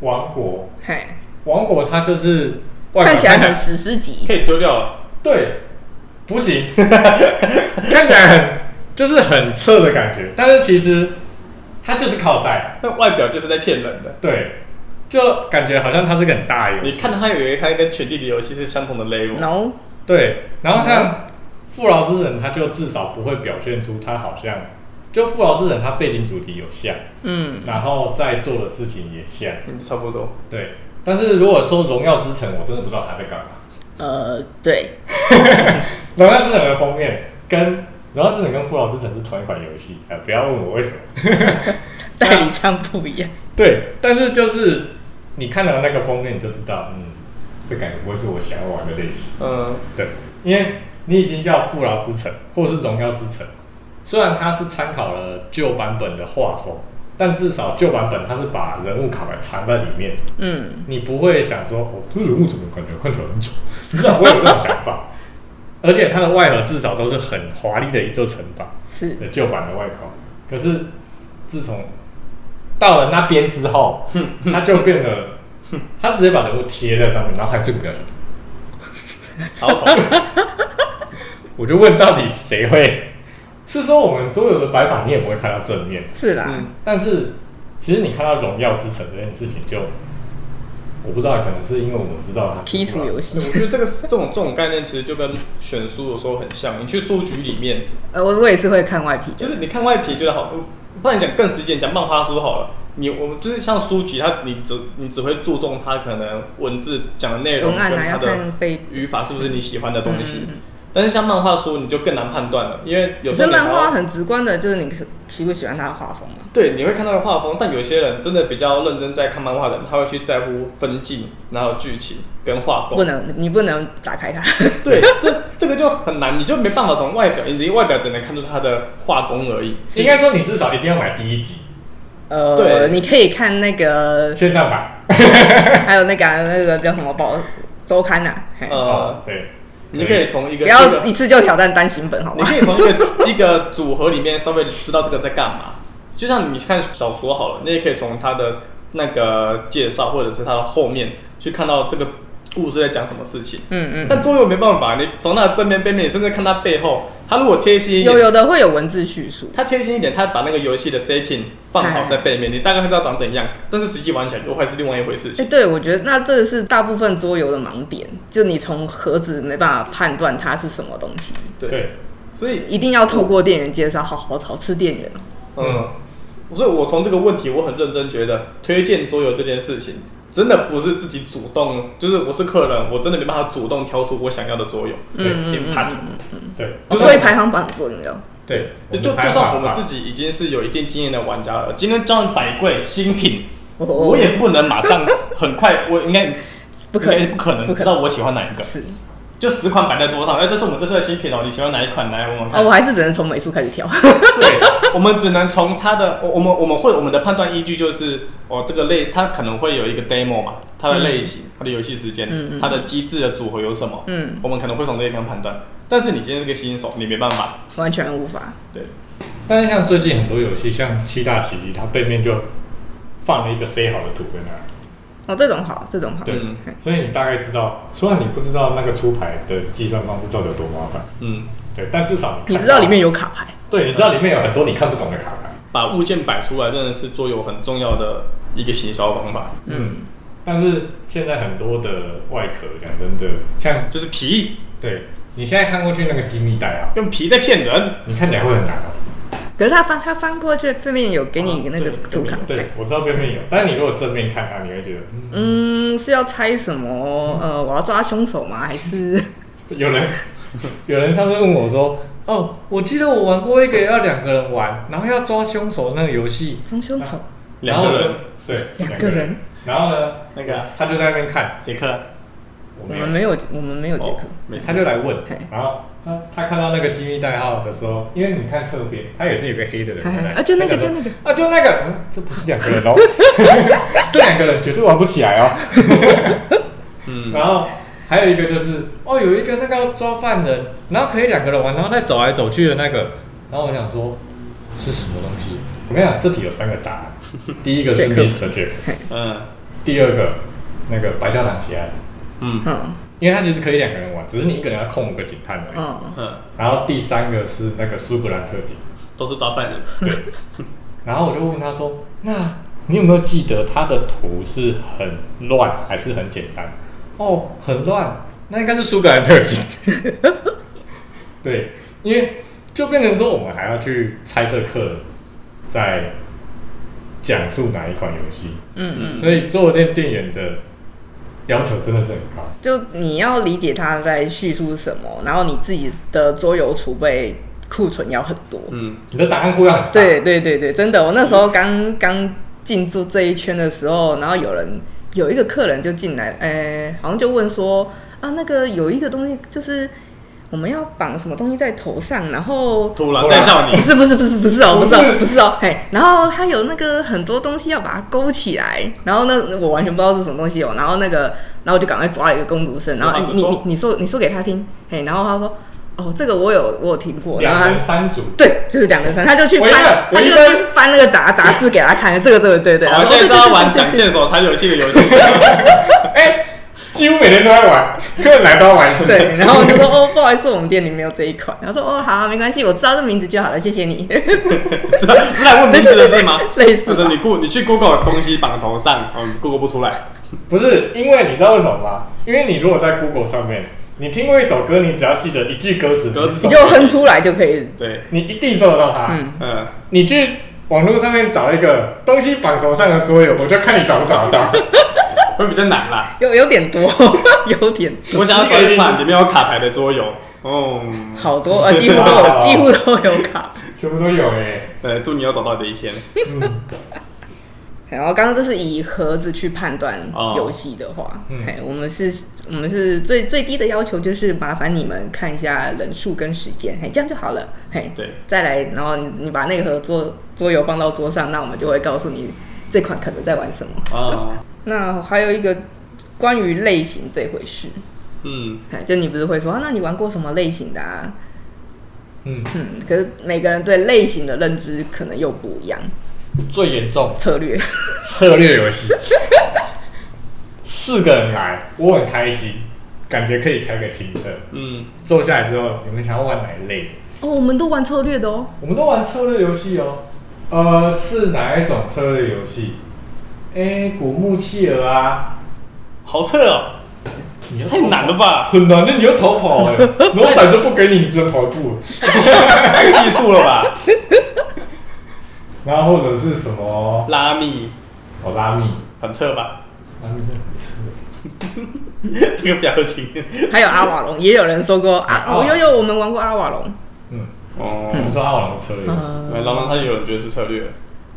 [SPEAKER 2] 王国，
[SPEAKER 1] 嘿，
[SPEAKER 2] 王国它就是外表
[SPEAKER 1] 看起来很史诗级
[SPEAKER 3] 可，以丢掉了。
[SPEAKER 2] 对，不行， *laughs* 看起来很就是很侧的感觉，但是其实它就是靠赛，
[SPEAKER 3] 那 *laughs* 外表就是在骗人的。
[SPEAKER 2] 对，就感觉好像它是个很大的游戏
[SPEAKER 3] 你看他以为他跟《权力的游戏》是相同的 level，
[SPEAKER 1] 然后
[SPEAKER 2] 对，然后像富饶之人，他就至少不会表现出他好像，就富饶之人他背景主题有像，
[SPEAKER 1] 嗯，
[SPEAKER 2] 然后在做的事情也像，
[SPEAKER 3] 嗯，差不多。
[SPEAKER 2] 对。但是如果说荣耀之城，我真的不知道他在干嘛。
[SPEAKER 1] 呃，对，
[SPEAKER 2] 荣耀之城的封面跟荣耀之城跟富饶之城是同一款游戏，啊，不要问我为什么。
[SPEAKER 3] 嗯
[SPEAKER 1] 代理商不一样，
[SPEAKER 2] 对，但是就是你看到那个封面，你就知道，嗯，这感觉不会是我想要玩的类型。
[SPEAKER 1] *laughs*
[SPEAKER 3] 嗯，
[SPEAKER 2] 对，因为你已经叫富饶之城或是荣耀之城，虽然它是参考了旧版本的画风，但至少旧版本它是把人物卡牌藏在里面，
[SPEAKER 1] 嗯，
[SPEAKER 2] 你不会想说哦，这人物怎么感觉看起来很丑，你至少不会有这种想法。 *laughs* 而且它的外盒至少都是很华丽的一座城堡
[SPEAKER 1] 是
[SPEAKER 2] 的旧版的外壳，可是自从到了那边之后，它就变得，它直接把人物贴在上面，然后还最不要紧。
[SPEAKER 3] 好丑。
[SPEAKER 2] 我就问到底谁会？是说我们桌游的摆法你也不会看到正面，
[SPEAKER 1] 是啦，
[SPEAKER 3] 嗯，
[SPEAKER 2] 但是其实你看到荣耀之城这件事情就，我不知道，可能是因为我们知道它
[SPEAKER 1] 剔除游戏，
[SPEAKER 3] 我觉得这个这种这种概念其实就跟选书有时候很像。你去书局里面，
[SPEAKER 1] 呃，我我也是会看外皮
[SPEAKER 3] 就
[SPEAKER 1] 的，
[SPEAKER 3] 是你看外皮觉得好，不然讲更实际，讲漫画书好了。你我们就是像书籍，它你只你只会注重它可能文字讲的内容
[SPEAKER 1] 文案
[SPEAKER 3] 跟
[SPEAKER 1] 啊
[SPEAKER 3] 它
[SPEAKER 1] 要
[SPEAKER 3] 的
[SPEAKER 1] 看背，
[SPEAKER 3] 语法是不是你喜欢的东西。
[SPEAKER 1] 嗯嗯
[SPEAKER 3] 但是像漫画书，你就更难判断了，因为有
[SPEAKER 1] 可
[SPEAKER 3] 时
[SPEAKER 1] 是
[SPEAKER 3] 候你还
[SPEAKER 1] 漫
[SPEAKER 3] 要
[SPEAKER 1] 画很直观的，就是你是喜不喜欢他的画风嘛，
[SPEAKER 3] 对，你会看到的画风，但有些人真的比较认真在看漫画的人，他会去在乎分镜，然后剧情跟画
[SPEAKER 1] 不
[SPEAKER 3] 风。
[SPEAKER 1] 能，你不能打开它，
[SPEAKER 3] 对，这这个就很难，你就没办法从外表，你外表只能看出他的画工而已。
[SPEAKER 2] 应该说你至少一定要买第一集
[SPEAKER 1] 呃，
[SPEAKER 3] 对
[SPEAKER 1] 你可以看那
[SPEAKER 3] *laughs*
[SPEAKER 1] 个，
[SPEAKER 2] 线上
[SPEAKER 3] 啊
[SPEAKER 2] 版
[SPEAKER 1] 还有那个啊、那个叫什么报周刊呐、啊，嘿
[SPEAKER 3] 呃，
[SPEAKER 2] 哦，对，
[SPEAKER 3] 你就可以从一个
[SPEAKER 1] 不
[SPEAKER 3] 这
[SPEAKER 1] 要
[SPEAKER 3] 个
[SPEAKER 1] 一次就挑战单行本，好
[SPEAKER 3] 你
[SPEAKER 1] 吗？
[SPEAKER 3] 可以从一个 *laughs* 一个组合里面稍微知道这个在干嘛。就像你看小说好了，你也可以从它的那个介绍或者是它的后面去看到这个故事在讲什么事情。
[SPEAKER 1] 嗯嗯，
[SPEAKER 3] 但桌游没办法，你从它的正面、背面，你甚至看它背后，它如果贴心一
[SPEAKER 1] 有
[SPEAKER 3] 点，
[SPEAKER 1] 有的会有文字叙述，
[SPEAKER 3] 它贴心一点，它把那个游戏的 setting 放好在背面，你大概会知道长怎样。但是实际玩起来又会是另外一回事
[SPEAKER 1] 哎、
[SPEAKER 3] 情。
[SPEAKER 1] 对，我觉得那这是大部分桌游的盲点，就你从盒子没办法判断它是什么东西，
[SPEAKER 3] 对
[SPEAKER 2] 对，
[SPEAKER 3] 所以，
[SPEAKER 1] 一定要透过店员介绍，好好好吃店员哦。
[SPEAKER 3] 嗯，所以我从这个问题，我很认真觉得推荐桌游这件事情，真的不是自己主动，就是我是客人，我真的没办法主动挑出我想要的桌游。哎
[SPEAKER 2] 对
[SPEAKER 1] 嗯嗯
[SPEAKER 3] i m p o s
[SPEAKER 1] 嗯
[SPEAKER 3] s
[SPEAKER 2] 对，
[SPEAKER 1] 嗯，所以排行榜做怎么样？
[SPEAKER 2] 对，
[SPEAKER 3] 就就
[SPEAKER 2] 排行
[SPEAKER 3] 算我
[SPEAKER 2] 榜
[SPEAKER 3] 们自己已经是有一定经验的玩家了，今天装百贵新品，
[SPEAKER 1] 我
[SPEAKER 3] 我也不能马上很快，我应该
[SPEAKER 1] 不可
[SPEAKER 3] 应
[SPEAKER 1] 能
[SPEAKER 3] 该不可能
[SPEAKER 1] 不
[SPEAKER 3] 知
[SPEAKER 1] 可
[SPEAKER 3] 道
[SPEAKER 1] 能
[SPEAKER 3] 我喜欢哪一个，
[SPEAKER 1] 是
[SPEAKER 3] 就十款摆在桌上，哎，这是我们这次的新品哦，你喜欢哪一款？来，我们
[SPEAKER 1] 哦，
[SPEAKER 3] 看。
[SPEAKER 1] 我还是只能从美术开始挑。
[SPEAKER 3] 对，我们只能从它的，我我们我们会我们的判断依据就是，哦，这个类它可能会有一个 demo 嘛，它的类型、它的游戏时间、
[SPEAKER 1] 嗯嗯
[SPEAKER 3] 它的机制的组合有什么，
[SPEAKER 1] 嗯，
[SPEAKER 3] 我们可能会从这一方判断。但是你今天是个新手，你没办法，
[SPEAKER 1] 完全无法。
[SPEAKER 3] 对，
[SPEAKER 2] 但是像最近很多游戏，像七大奇迹，它背面就放了一个塞好的图在那儿。
[SPEAKER 1] 哦，这种好，这种好。
[SPEAKER 2] 对
[SPEAKER 3] 嗯
[SPEAKER 2] 所以你大概知道，虽然你不知道那个出牌的计算方式到底有多麻烦，
[SPEAKER 3] 嗯，
[SPEAKER 2] 对，但至少你
[SPEAKER 1] 你
[SPEAKER 2] 看
[SPEAKER 1] 知道
[SPEAKER 2] 到
[SPEAKER 1] 里面有卡牌，
[SPEAKER 2] 对，你知道里面有很多你看不懂的卡牌，
[SPEAKER 3] 把物件摆出来真的是桌游很重要的一个行销方法，
[SPEAKER 2] 嗯，但是现在很多的外壳，讲真的，像
[SPEAKER 3] 就是皮，
[SPEAKER 2] 对你现在看过去那个机密袋啊，
[SPEAKER 3] 用皮在骗人。
[SPEAKER 2] 你看起来会很难啊。
[SPEAKER 1] 可是他翻他翻过去，背面有给你那个
[SPEAKER 3] 哦对
[SPEAKER 1] 图卡。
[SPEAKER 2] 对，我知道背面有，但是你如果正面看它，你会觉得、嗯、
[SPEAKER 1] 嗯，是要猜什么？呃，我要抓凶手吗？还是
[SPEAKER 2] 有人 *laughs* 有人上次问我说，哦，我记得我玩过一个要两个人玩，然后要抓凶手那个游戏，
[SPEAKER 1] 装凶手？
[SPEAKER 3] 两个
[SPEAKER 2] 然后
[SPEAKER 3] 人
[SPEAKER 2] 我就，对，
[SPEAKER 1] 两个人，
[SPEAKER 2] 然后呢，
[SPEAKER 3] 那个啊
[SPEAKER 2] 他就在那边看，
[SPEAKER 3] 杰克，
[SPEAKER 2] 我
[SPEAKER 1] 我
[SPEAKER 2] 没
[SPEAKER 1] 们
[SPEAKER 2] 有，
[SPEAKER 1] 没有，我们没有杰克
[SPEAKER 3] 哦。没事
[SPEAKER 2] 他就来问
[SPEAKER 1] 嘿，
[SPEAKER 2] 然后他他看到那个机密代号的时候，因为你看侧边，他也是有个黑的人在
[SPEAKER 1] 啊，就那个，就
[SPEAKER 2] 那
[SPEAKER 1] 那个，
[SPEAKER 2] 啊，就那个，
[SPEAKER 1] *laughs*
[SPEAKER 2] *laughs* 嗯这不是两个人哦，这两个人绝对玩不起来哦。
[SPEAKER 3] 嗯，
[SPEAKER 2] 然后还有一个就是，哦，有一个那个要抓犯人，然后可以两个人玩，然后再走来走去的那个。然后我想说，是什么东西？我跟你讲，这题有三个答案。第一个是
[SPEAKER 1] Jack
[SPEAKER 2] Mr. Jack，
[SPEAKER 3] 嗯
[SPEAKER 2] 第二个那个白教堂奇案，
[SPEAKER 3] 嗯
[SPEAKER 1] 嗯
[SPEAKER 2] 因为它其实可以两个人玩，只是你一个人要控五个警探而已。
[SPEAKER 1] 嗯，
[SPEAKER 3] 嗯，
[SPEAKER 2] 然后第三个是那个苏格兰特警。
[SPEAKER 3] 都是抓犯人。
[SPEAKER 2] 然后我就问他说：“那你有没有记得他的图是很乱还是很简单？”哦，很乱，那应该是苏格兰特警。 *laughs* 对，因为就变成说我们还要去猜测客人在讲述哪一款游戏，
[SPEAKER 1] 嗯嗯，
[SPEAKER 2] 所以桌游店店员的要求真的是很高。
[SPEAKER 1] 就你要理解他在叙述什么，然后你自己的桌游储备库存要很多。
[SPEAKER 3] 嗯，
[SPEAKER 2] 你的答案库要很大，
[SPEAKER 1] 对对对对，真的，我那时候刚刚进驻这一圈的时候，然后有人有一个客人就进来，呃、好像就问说啊，那个有一个东西就是我们要绑什么东西在头上，然后。
[SPEAKER 3] 突然
[SPEAKER 2] 突
[SPEAKER 3] 在
[SPEAKER 2] 然
[SPEAKER 3] 笑你
[SPEAKER 1] 不。是不是不是不是哦，
[SPEAKER 2] 不
[SPEAKER 1] 不
[SPEAKER 2] 是
[SPEAKER 1] 是哦，不是哦，嘿，然后他有那个很多东西要把它勾起来，然后那我完全不知道是什么东西哦，然后那个，然后我就赶快抓了一个工读生，然后
[SPEAKER 3] 实
[SPEAKER 1] 哎
[SPEAKER 3] 话实
[SPEAKER 1] 你你
[SPEAKER 3] 说
[SPEAKER 1] 你说你说给他听，嘿，然后他说哦，这个我有我有听过，然后
[SPEAKER 2] 两
[SPEAKER 1] 他
[SPEAKER 2] 人三组，
[SPEAKER 1] 对，就是两人三，他就去
[SPEAKER 2] 我一个
[SPEAKER 1] 翻，
[SPEAKER 2] 我
[SPEAKER 1] 他
[SPEAKER 2] 一
[SPEAKER 1] 就
[SPEAKER 2] 个
[SPEAKER 1] 去翻那个杂杂志给他看，这个这个对
[SPEAKER 3] *laughs*
[SPEAKER 1] 对，
[SPEAKER 3] 我们
[SPEAKER 1] 然后
[SPEAKER 3] 现在是要玩
[SPEAKER 1] 对
[SPEAKER 3] 讲线索猜游戏的游戏，
[SPEAKER 2] 哎、几乎每天都在玩， *laughs* 客人来都要玩一
[SPEAKER 1] *laughs*
[SPEAKER 2] 次。
[SPEAKER 1] 对对对，然后我就说哦，不好意思，我们店里没有这一款。然后说哦，好，没关系，我知道这名字就好了，谢谢你。
[SPEAKER 3] 是啊是来问 *laughs* 名字的
[SPEAKER 1] *laughs*
[SPEAKER 3] 是吗？
[SPEAKER 1] 类似
[SPEAKER 3] 的，
[SPEAKER 1] 吧
[SPEAKER 3] 你 Go 你去 Google 的东西绑头上，嗯，Google 不出来。
[SPEAKER 2] 不是，因为你知道为什么吗？因为你如果在 Google 上面，你听过一首歌，你只要记得一句歌词，
[SPEAKER 3] 歌词
[SPEAKER 1] 你就哼出来就可以。
[SPEAKER 3] 对，
[SPEAKER 2] 你一定搜得到它。
[SPEAKER 1] 嗯，
[SPEAKER 3] 嗯，
[SPEAKER 2] 你去网络上面找一个东西绑头上的桌游，我就看你找不找得到。
[SPEAKER 1] *laughs*
[SPEAKER 3] 会比较难啦。
[SPEAKER 1] 有有点多， *laughs* 有点
[SPEAKER 3] 我想要找一款里面有卡牌的桌游。哦，
[SPEAKER 1] 好多，呃，几乎都
[SPEAKER 3] *laughs*
[SPEAKER 1] 有，几乎都有卡。
[SPEAKER 2] 全部都有哎、
[SPEAKER 3] 呃，祝你有找到的一天。
[SPEAKER 2] 嗯，
[SPEAKER 1] 然后刚刚这是以盒子去判断游戏的话，
[SPEAKER 2] 嗯
[SPEAKER 1] 哎、我们是，我们是最最低的要求就是麻烦你们看一下人数跟时间，嘿，这样就好了，嘿，
[SPEAKER 3] 对，
[SPEAKER 1] 再来，然后你你把那个盒桌桌游放到桌上，那我们就会告诉你这款可能在玩什么。
[SPEAKER 3] 啊，
[SPEAKER 1] 那还有一个关于类型这回事，
[SPEAKER 3] 嗯，
[SPEAKER 1] 嘿就你不是会说、啊，那你玩过什么类型的啊？
[SPEAKER 2] 嗯，
[SPEAKER 1] 嗯，可是每个人对类型的认知可能又不一样，
[SPEAKER 2] 最严重
[SPEAKER 1] 策略，
[SPEAKER 2] 策略游戏，四个人来，我很开心，感觉可以开个新的。
[SPEAKER 3] 嗯，
[SPEAKER 2] 坐下来之后，你们想要玩哪一类的？
[SPEAKER 1] *laughs* 哦，我们都玩策略的哦，
[SPEAKER 2] 我们都玩策略游戏哦。呃，是哪一种策略游戏？哎、古墓企鹅啊。
[SPEAKER 3] 好测哦，
[SPEAKER 2] 你要
[SPEAKER 3] 太难了吧？
[SPEAKER 2] 很难的，你要逃跑哎、然后骰子不给你，你只能跑一步。
[SPEAKER 3] 太技术了吧？
[SPEAKER 2] 然后或者是什么？
[SPEAKER 3] 拉密
[SPEAKER 2] 哦，拉密，
[SPEAKER 3] 很测吧？
[SPEAKER 2] 拉密真的很吃力。
[SPEAKER 3] 这个表情，
[SPEAKER 1] 还有阿瓦隆，也有人说过啊，
[SPEAKER 2] 哦
[SPEAKER 1] 哦，有有，我们玩过阿瓦隆，
[SPEAKER 2] 嗯，
[SPEAKER 3] 哦
[SPEAKER 2] 我，们说阿瓦隆的策略游戏，
[SPEAKER 1] 呃
[SPEAKER 3] 然后他有人觉得是策略，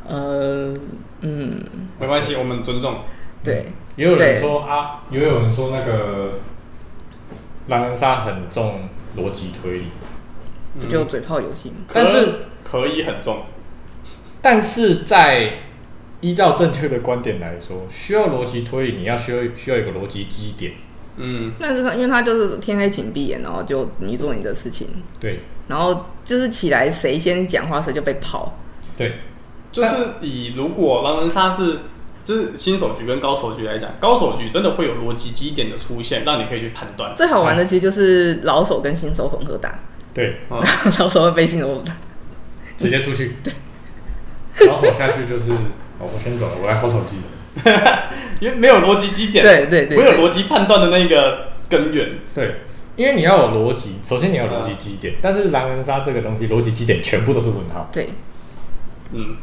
[SPEAKER 1] 呃，嗯，
[SPEAKER 3] 没关系，我们尊重。
[SPEAKER 1] 对，
[SPEAKER 2] 也有人
[SPEAKER 1] 对
[SPEAKER 2] 说啊，也有人说那个狼人杀很重逻辑推理，
[SPEAKER 3] 嗯
[SPEAKER 1] 不就嘴炮游戏吗？
[SPEAKER 3] 可
[SPEAKER 2] 但是
[SPEAKER 3] 可以很重，
[SPEAKER 2] 但是在依照正确的观点来说，需要逻辑推理，你要需要需要一个逻辑基点。
[SPEAKER 3] 嗯，
[SPEAKER 1] 但是他因为他就是天黑请闭眼，然后就你做你的事情，
[SPEAKER 2] 对
[SPEAKER 1] 然后就是起来谁先讲话谁就被泡。
[SPEAKER 2] 对，
[SPEAKER 3] 就是以如果狼人杀是就是新手局跟高手局来讲，高手局真的会有逻辑基点的出现，让你可以去判断。
[SPEAKER 1] 最好玩的其实就是老手跟新手混合打， *laughs*
[SPEAKER 2] 对，
[SPEAKER 3] 嗯，
[SPEAKER 1] 老手会被新手打。
[SPEAKER 2] 直接出去。然后手下去就是，哦，我先走了，我来划手机。
[SPEAKER 3] 因为没有逻辑基点，
[SPEAKER 1] 对对对
[SPEAKER 3] 没有
[SPEAKER 1] 对，
[SPEAKER 3] 逻辑判断的那个根源。
[SPEAKER 2] 对，因为你要有逻辑，首先你要有逻辑基点，但是狼人杀这个东西，逻辑基点全部都是问号。
[SPEAKER 1] 对，
[SPEAKER 3] 嗯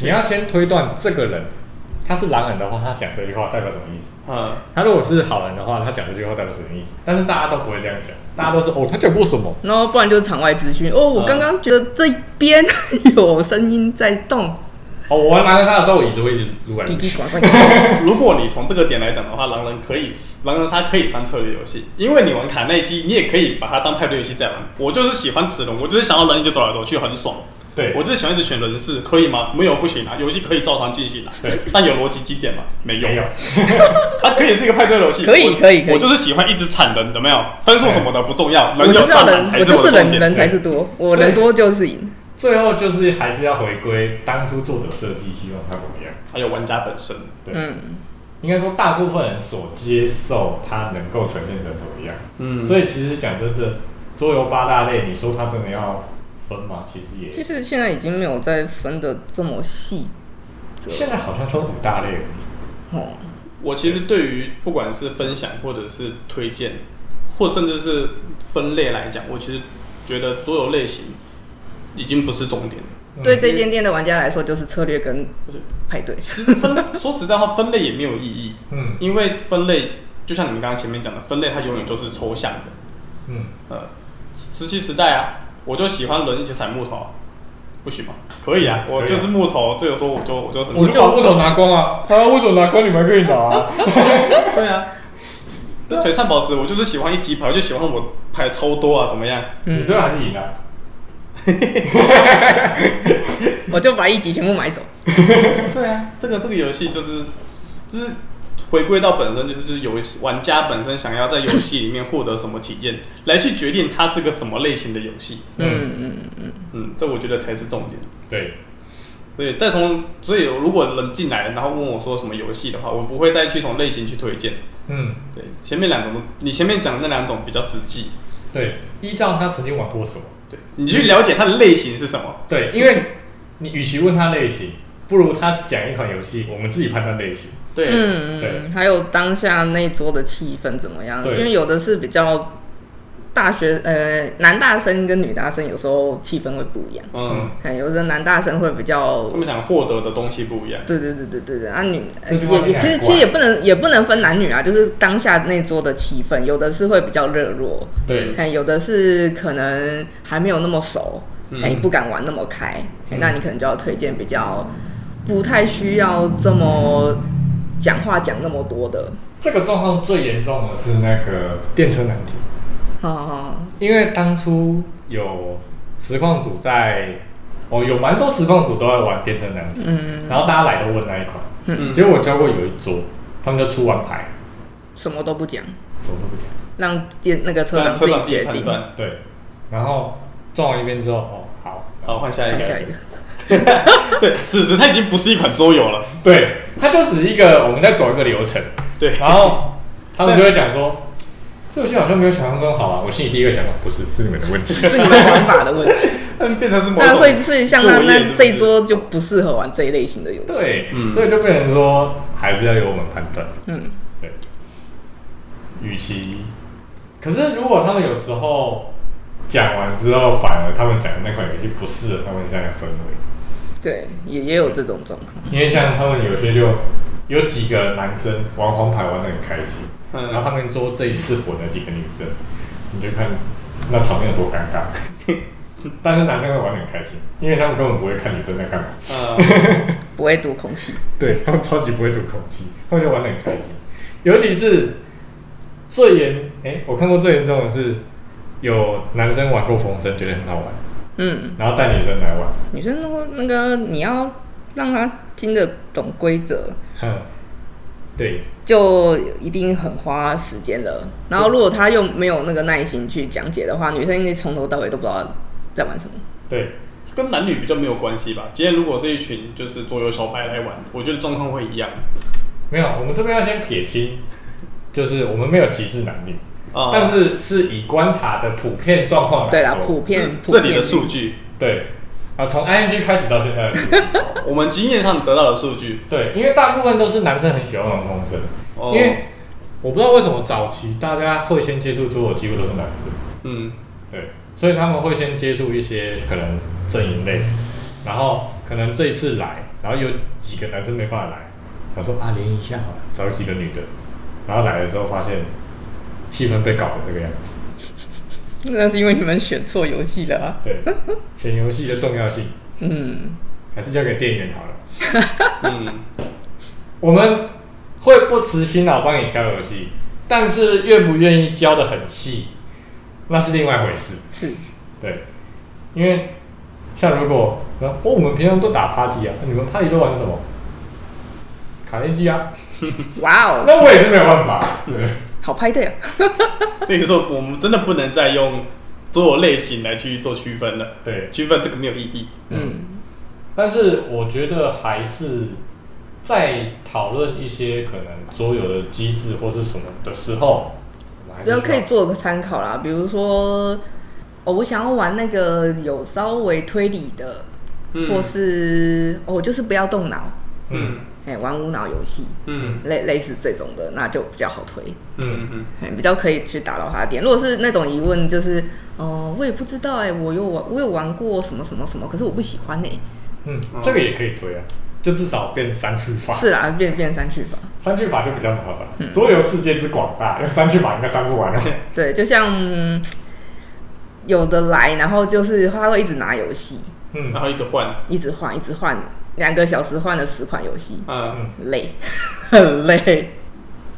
[SPEAKER 2] 你要先推断这个人他是狼人的话，他讲这句话代表什么意思？
[SPEAKER 3] 嗯，
[SPEAKER 2] 他如果是好人的话，他讲这句话代表什么意思？但是大家都不会这样想，大家都是哦，他讲过什么？
[SPEAKER 1] 然后不然就是场外资讯。哦，我刚刚觉得这边 *laughs* 有声音在动，
[SPEAKER 2] 哦，我玩狼人杀的时候，我椅子会一直撸来
[SPEAKER 1] 叽
[SPEAKER 2] 撸
[SPEAKER 1] 叽
[SPEAKER 2] 去。
[SPEAKER 1] 呱呱。
[SPEAKER 3] 如果你从这个点来讲的话，狼人可以狼人杀可以上策略游戏，因为你玩卡内基，你也可以把它当派对游戏在玩。我就是喜欢齿轮，我就是想要人一直走来走去，很爽。
[SPEAKER 2] 对
[SPEAKER 3] 我就是想一直选人事，可以吗？没有不行啊，游戏可以照常进行啊，
[SPEAKER 2] 对，
[SPEAKER 3] 但有逻辑基点吗？没有，
[SPEAKER 2] 没有，
[SPEAKER 3] 它可以是一个派对游戏，
[SPEAKER 1] 可以
[SPEAKER 3] 我
[SPEAKER 1] 可以可以
[SPEAKER 3] 我就是喜欢一直铲人，怎么样？分数什么的不重要，
[SPEAKER 1] 我
[SPEAKER 3] 人
[SPEAKER 1] 就
[SPEAKER 3] 有
[SPEAKER 1] 是要
[SPEAKER 3] 上
[SPEAKER 1] 人
[SPEAKER 3] 满，才
[SPEAKER 1] 我
[SPEAKER 3] 是我
[SPEAKER 1] 就是
[SPEAKER 3] 的重
[SPEAKER 1] 人，
[SPEAKER 3] 点。
[SPEAKER 1] 人才是多，我
[SPEAKER 2] 所以
[SPEAKER 1] 人多就是赢。
[SPEAKER 2] 最后就是还是要回归当初作者设计，希望它怎么样。
[SPEAKER 3] 还有玩家本身，
[SPEAKER 2] 对
[SPEAKER 1] 嗯，
[SPEAKER 2] 应该说大部分人所接受它能够呈现成怎么样。
[SPEAKER 3] 嗯
[SPEAKER 2] 所以其实讲真的，桌游八大类，你说它真的要分吗？其实也
[SPEAKER 1] 其实现在已经没有再分的这么细则
[SPEAKER 2] 现在好像分五大类而已。
[SPEAKER 1] 哦。
[SPEAKER 3] 我其实对于不管是分享或者是推荐，或甚至是分类来讲，我其实觉得所有类型已经不是重点了。
[SPEAKER 2] 嗯
[SPEAKER 1] 对这间店的玩家来说，就是策略跟
[SPEAKER 3] 是
[SPEAKER 1] 派对。
[SPEAKER 3] 其实分 *laughs* 说实在话，分类也没有意义，
[SPEAKER 2] 嗯
[SPEAKER 3] 因为分类就像你们刚刚前面讲的，分类它永远就是抽象的。
[SPEAKER 2] 嗯，
[SPEAKER 3] 呃，石器时代啊，我就喜欢人一起采木头啊，不行吗？可以啊，我
[SPEAKER 2] 可以啊
[SPEAKER 3] 就是木头，这个说我就我就很
[SPEAKER 2] 我就把木头拿光啊！啊，为什么拿光你们还可以拿、啊？
[SPEAKER 3] 对啊。那璀璨宝石，我就是喜欢一级牌，我就喜欢我牌超多啊，怎么样？
[SPEAKER 2] 你
[SPEAKER 1] 嗯，
[SPEAKER 2] 最后还是赢啊了。
[SPEAKER 1] 我就把一集全部买走。
[SPEAKER 3] 对啊，这个这个游戏就是就是回归到本身，就是就是游戏玩家本身想要在游戏里面获得什么体验，来去决定它是个什么类型的游戏。
[SPEAKER 1] 嗯嗯嗯，
[SPEAKER 3] 嗯，这我觉得才是重点。
[SPEAKER 2] 对，
[SPEAKER 3] 所以再从所以如果人进来，然后问我说什么游戏的话，我不会再去从类型去推荐。
[SPEAKER 2] 嗯，
[SPEAKER 3] 对，前面两种你前面讲的那两种比较实际。
[SPEAKER 2] 对，依照他曾经玩过什么。
[SPEAKER 3] 对，你去了解它的类型是什么。
[SPEAKER 2] 对，因为你与其问他类型，不如他讲一款游戏，我们自己判断类型。
[SPEAKER 3] 对，
[SPEAKER 1] 嗯
[SPEAKER 2] 对
[SPEAKER 1] 嗯，还有当下那桌的气氛怎么样？因
[SPEAKER 2] 对
[SPEAKER 1] 为有的是比较大学呃男大生跟女大生有时候气氛会不一样，
[SPEAKER 3] 嗯，
[SPEAKER 1] 哎，有的男大生会比较
[SPEAKER 3] 他。们想获得的东西不一样。
[SPEAKER 1] 对对对对对对，啊女呃
[SPEAKER 2] 这句话
[SPEAKER 1] 也也其
[SPEAKER 2] 听起来
[SPEAKER 1] 实
[SPEAKER 2] 很
[SPEAKER 1] 其实
[SPEAKER 2] 怪
[SPEAKER 1] 也不能也不能分男女啊，就是当下那桌的气氛，有的是会比较热络，
[SPEAKER 2] 对，
[SPEAKER 1] 哎，有的是可能还没有那么熟，哎、
[SPEAKER 3] 嗯
[SPEAKER 1] 不敢玩那么开，哎，那你可能就要推荐比较不太需要这么讲话讲那么多的，
[SPEAKER 3] 嗯
[SPEAKER 2] 这个状况最严重的是那个电车难题，
[SPEAKER 1] 哦，
[SPEAKER 2] 因为当初有实况组在，哦，有蛮多实况组都在玩电车难题，
[SPEAKER 1] 嗯，
[SPEAKER 2] 然后大家来都问那一款，
[SPEAKER 3] 嗯，
[SPEAKER 2] 结果我教过有一桌，他们就出完牌，
[SPEAKER 1] 什么都不讲，
[SPEAKER 2] 什么都不讲。
[SPEAKER 1] 让店那个车长
[SPEAKER 3] 让
[SPEAKER 1] 自
[SPEAKER 3] 车
[SPEAKER 1] 己
[SPEAKER 3] 长自己
[SPEAKER 1] 决
[SPEAKER 3] 判
[SPEAKER 1] 定。
[SPEAKER 3] 断。
[SPEAKER 2] 对，然后撞完一遍之后，哦，好，
[SPEAKER 3] 好，换下一
[SPEAKER 1] 看
[SPEAKER 3] 个。
[SPEAKER 1] 下一
[SPEAKER 3] *laughs*
[SPEAKER 1] 个，
[SPEAKER 3] 对，此时它已经不是一款桌游了。
[SPEAKER 2] 对，它就只是一个我们在走一个流程，
[SPEAKER 3] 对，
[SPEAKER 2] 然后他们就会讲说，这游戏好像没有想象中好玩。啊我心里第一个想法不是，是你们的问题。
[SPEAKER 1] 是你们玩法的问
[SPEAKER 3] *laughs*
[SPEAKER 1] 题。
[SPEAKER 3] 嗯， *laughs* 变成是某
[SPEAKER 1] 对啊，
[SPEAKER 3] 种
[SPEAKER 1] 所以所以像他
[SPEAKER 3] 作业是不
[SPEAKER 1] 那
[SPEAKER 3] 是
[SPEAKER 1] 这一桌就不适合玩这一类型的游戏。，
[SPEAKER 2] *laughs* 对，
[SPEAKER 3] 嗯
[SPEAKER 2] 所以就变成说，还是要由我们判断。
[SPEAKER 1] 嗯，
[SPEAKER 2] 对，与其，可是如果他们有时候讲完之后，反而他们讲的那款游戏不适合他们现在的氛围，
[SPEAKER 1] 对，也也有这种状况。
[SPEAKER 2] 因为像他们有些就有几个男生玩黄牌玩的很开心，
[SPEAKER 3] 嗯，
[SPEAKER 2] 然后他们说这一次混了几个女生，你就看那场面有多尴尬。 *laughs* 但是男生会玩的很开心，因为他们根本不会看女生在干嘛，
[SPEAKER 3] 嗯，
[SPEAKER 1] 不会读空气，
[SPEAKER 2] 对他们超级不会读空气，他们就玩的很开心。尤其是最严，哎、我看过最严重的是有男生玩过风筝，觉得很好玩，
[SPEAKER 1] 嗯，
[SPEAKER 2] 然后带女生来玩，
[SPEAKER 1] 女生那个那个你要让她听得懂规则，
[SPEAKER 2] 哼，对，
[SPEAKER 1] 就一定很花时间的。然后如果她又没有那个耐心去讲解的话，女生一定从头到尾都不知道在玩什么。
[SPEAKER 2] 对，
[SPEAKER 3] 跟男女比较没有关系吧。今天如果是一群就是桌游小白来玩，我觉得状况会一样
[SPEAKER 2] 没有，我们这边要先撇清，就是我们没有歧视男女，
[SPEAKER 3] 啊。
[SPEAKER 2] 但是是以观察的普遍状况来说，
[SPEAKER 1] 对啦，普遍
[SPEAKER 3] 是
[SPEAKER 1] 普
[SPEAKER 3] 这
[SPEAKER 1] 遍
[SPEAKER 3] 里的数据，
[SPEAKER 2] 对，啊，从 ING 开始到现在的数据，
[SPEAKER 3] 哦我们经验上得到的数据，
[SPEAKER 2] 对，因为大部分都是男生很喜欢玩风筝，
[SPEAKER 3] 哦
[SPEAKER 2] 因为我不知道为什么早期大家会先接触桌游，几乎都是男生，
[SPEAKER 3] 嗯，
[SPEAKER 2] 对，所以他们会先接触一些可能阵营类，然后可能这一次来，然后有几个男生没办法来，他说啊联谊一下好了，找几个女的，然后来的时候发现气氛被搞成这个样子，
[SPEAKER 1] 那是因为你们选错游戏了、啊。
[SPEAKER 2] 对，选游戏的重要性
[SPEAKER 1] 嗯，
[SPEAKER 2] 还是交给店员好了。
[SPEAKER 3] 嗯，
[SPEAKER 2] 我们会不辞辛劳帮你挑游戏，但是愿不愿意教的很细，那是另外一回事。
[SPEAKER 1] 是，
[SPEAKER 2] 对，因为像如果然后哦，我们平常都打 party 啊，那你们 party 都玩什么？卡内基啊，
[SPEAKER 1] 哇哦，
[SPEAKER 2] 那我也是没有办法。对，
[SPEAKER 1] 好派对啊！
[SPEAKER 3] *laughs* 所以说我们真的不能再用所有类型来去做区分了，
[SPEAKER 2] 对，
[SPEAKER 3] 区分这个没有意义。
[SPEAKER 1] 嗯，
[SPEAKER 2] 但是我觉得还是在讨论一些可能桌游的机制或是什么的时候，我们还是
[SPEAKER 1] 这样
[SPEAKER 2] 需
[SPEAKER 1] 可以
[SPEAKER 2] 要
[SPEAKER 1] 做个参考啦。比如说，哦，我想要玩那个有稍微推理的，或
[SPEAKER 3] 嗯
[SPEAKER 1] 是哦，就是不要动脑，
[SPEAKER 2] 嗯
[SPEAKER 3] 嗯
[SPEAKER 1] 哎，玩无脑游戏，
[SPEAKER 3] 嗯
[SPEAKER 1] 类类似这种的，那就比较好推。
[SPEAKER 3] 嗯嗯，
[SPEAKER 1] 哎比较可以去打到他的点。如果是那种疑问，就是哦、呃我也不知道哎、我有玩，我有玩过什么什么什么，可是我不喜欢哎、
[SPEAKER 2] 嗯，这个也可以推啊，就至少变三去法。
[SPEAKER 1] 是嗯啊，变变三去法。
[SPEAKER 2] 三句法就比较麻烦。桌游世界之广大，用三句法应该删不完了。
[SPEAKER 1] 对，就像、嗯有的来，然后就是他会一直拿游戏，
[SPEAKER 2] 嗯
[SPEAKER 3] 然后一直换，啊
[SPEAKER 1] 一直换，一直换，两个小时换了十款游戏，
[SPEAKER 3] 嗯，
[SPEAKER 1] 累， *laughs* 很累。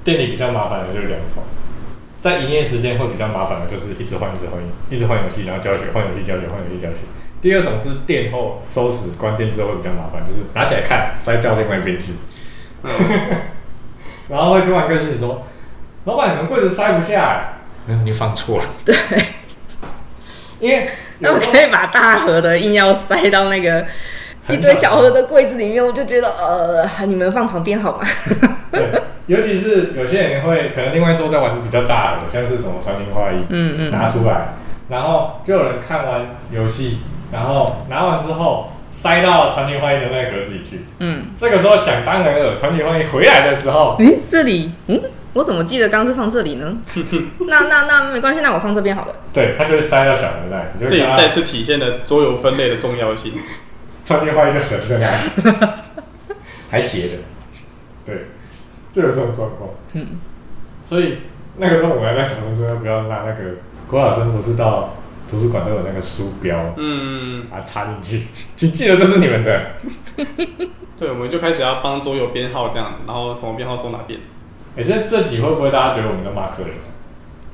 [SPEAKER 2] 店里比较麻烦的就是两种，在营业时间会比较麻烦的就是一直换、一直换、一直换游戏，然后教学、换游戏、教学、换游戏、教学。第二种是店后收拾、关店之后会比较麻烦，就是拿起来看，塞到另外一边去，然后会突然跟你说：“老板，你们柜子塞不下、欸。”没有，你放错了。对，因为
[SPEAKER 1] 那我
[SPEAKER 2] 有时候
[SPEAKER 1] 可以把大盒的硬要塞到那个一堆小盒的柜子里面，我就觉得呃，你们放旁边好吗？
[SPEAKER 2] 对，尤其是有些人会可能另外一桌在玩比较大的，像是什么穿金花衣，
[SPEAKER 1] 嗯嗯。
[SPEAKER 2] 拿出来，然后就有人看完游戏，然后拿完之后塞到传奇幻影的那个格子里去。
[SPEAKER 1] 嗯，
[SPEAKER 2] 这个时候想当然尔，传奇幻影回来的时候，
[SPEAKER 1] 诶，这里，嗯，我怎么记得刚是放这里
[SPEAKER 2] *laughs*
[SPEAKER 1] 呢？那那那没关系，那我放这边好了。
[SPEAKER 2] 对他就会塞到小人袋，你就
[SPEAKER 3] 这
[SPEAKER 2] 会
[SPEAKER 3] 也
[SPEAKER 2] 看
[SPEAKER 3] 再
[SPEAKER 2] 到
[SPEAKER 3] 次体现了桌游分类的重要性。
[SPEAKER 2] 传奇幻影就横着来，
[SPEAKER 1] *laughs*
[SPEAKER 2] 还斜的，对，就有这种状况。
[SPEAKER 1] 嗯，
[SPEAKER 2] 所以那个时候我还在讨论说要不要拿那个郭老生不是到图书馆都有那个书标，
[SPEAKER 3] 嗯，
[SPEAKER 2] 把它插进去，请记得这是你
[SPEAKER 1] *laughs*
[SPEAKER 2] 们的。
[SPEAKER 3] 对，我们就开始要帮桌游编号这样子，然后什么编号送哪边，
[SPEAKER 2] 哎、这这集会不会大家觉得我们在骂客人？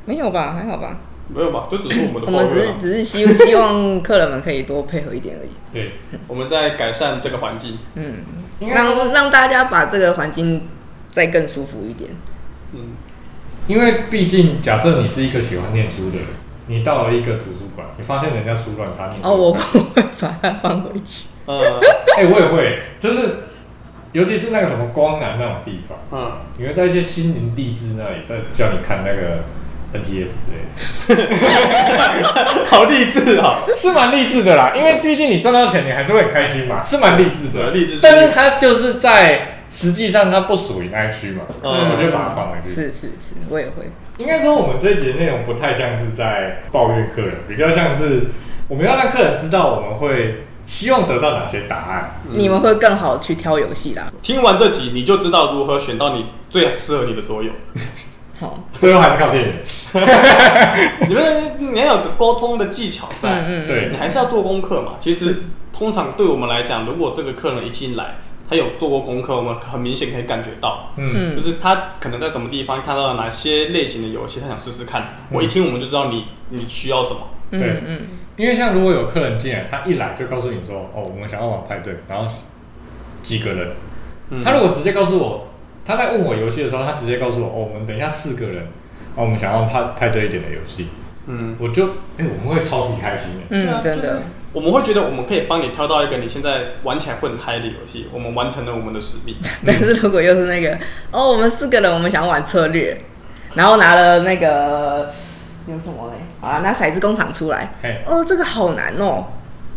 [SPEAKER 1] 没有吧，还好吧。
[SPEAKER 3] 没有吧？就只是我们的
[SPEAKER 1] *coughs* 我
[SPEAKER 3] 抱
[SPEAKER 1] 们只
[SPEAKER 3] 怨
[SPEAKER 1] 是
[SPEAKER 3] 啊。
[SPEAKER 1] 只是希希望客人们可以多配合一点而已。
[SPEAKER 2] 对，
[SPEAKER 3] 我们在改善这个环境。
[SPEAKER 1] 嗯，
[SPEAKER 2] 应该
[SPEAKER 1] 让
[SPEAKER 2] 说，
[SPEAKER 1] 让大家把这个环境再更舒服一点。
[SPEAKER 3] 嗯，
[SPEAKER 2] 因为毕竟假设你是一个喜欢念书的人，你到了一个图书馆，你发现人家书乱插，你也
[SPEAKER 1] 哦，我会把它放回去。
[SPEAKER 3] 呃，
[SPEAKER 2] *laughs* 哎、我也会，就是尤其是那个什么光南那种地方，
[SPEAKER 3] 嗯，
[SPEAKER 2] 你会在一些心灵励志那里再叫你看那个 NTF 之类的，
[SPEAKER 3] 好励志啊！
[SPEAKER 2] 是蛮励志的啦。因为毕竟你赚到钱，你还是会很开心嘛，是蛮励志
[SPEAKER 3] 对，
[SPEAKER 2] 的。
[SPEAKER 3] 励志。
[SPEAKER 2] 但是它就是在实际上它不属于那一区嘛，
[SPEAKER 3] 嗯
[SPEAKER 2] 哦我就把它放回去。
[SPEAKER 1] 是是是，我也会。
[SPEAKER 2] 应该说，我们这一集的内容不太像是在抱怨客人，比较像是我们要让客人知道我们会希望得到哪些答案。
[SPEAKER 1] 你们会更好去挑游戏啦。
[SPEAKER 3] 嗯听完这集，你就知道如何选到你最适合你的桌游。
[SPEAKER 1] 好，
[SPEAKER 2] 最后还是靠电影。
[SPEAKER 3] *laughs* 你们你要有个沟通的技巧在，
[SPEAKER 1] 嗯嗯，
[SPEAKER 2] 对
[SPEAKER 3] 你还是要做功课嘛。其实通常对我们来讲，如果这个客人一进来，他有做过功课，我们很明显可以感觉到，
[SPEAKER 2] 嗯
[SPEAKER 3] 就
[SPEAKER 1] 嗯，
[SPEAKER 3] 是他可能在什么地方看到了哪些类型的游戏，他想试试看。
[SPEAKER 2] 嗯
[SPEAKER 3] 我一听我们就知道你你需要什么。
[SPEAKER 1] 嗯
[SPEAKER 2] 对
[SPEAKER 1] 嗯，
[SPEAKER 2] 因为像如果有客人进来，他一来就告诉你说：“哦，我们想要玩派对。”然后几个人，
[SPEAKER 3] 嗯
[SPEAKER 2] 他如果直接告诉我，他在问我游戏的时候，他直接告诉我：“哦，我们等一下四个人，哦，我们想要派派对一点的游戏。
[SPEAKER 3] 嗯”，
[SPEAKER 2] 我就哎、我们会超级开心的。
[SPEAKER 3] 对啊
[SPEAKER 1] 嗯，真
[SPEAKER 3] 就是
[SPEAKER 1] 的，
[SPEAKER 3] 我们会觉得我们可以帮你挑到一个你现在玩起来会很嗨的游戏，我们完成了我们的使
[SPEAKER 2] *laughs*
[SPEAKER 3] 命。
[SPEAKER 1] *laughs* 但是如果又是那个哦，我们四个人，我们想玩策略，然后拿了那个有什么嘞？好啦，拿骰子工厂出来。
[SPEAKER 2] 嘿，
[SPEAKER 1] 哦，这个好难哦。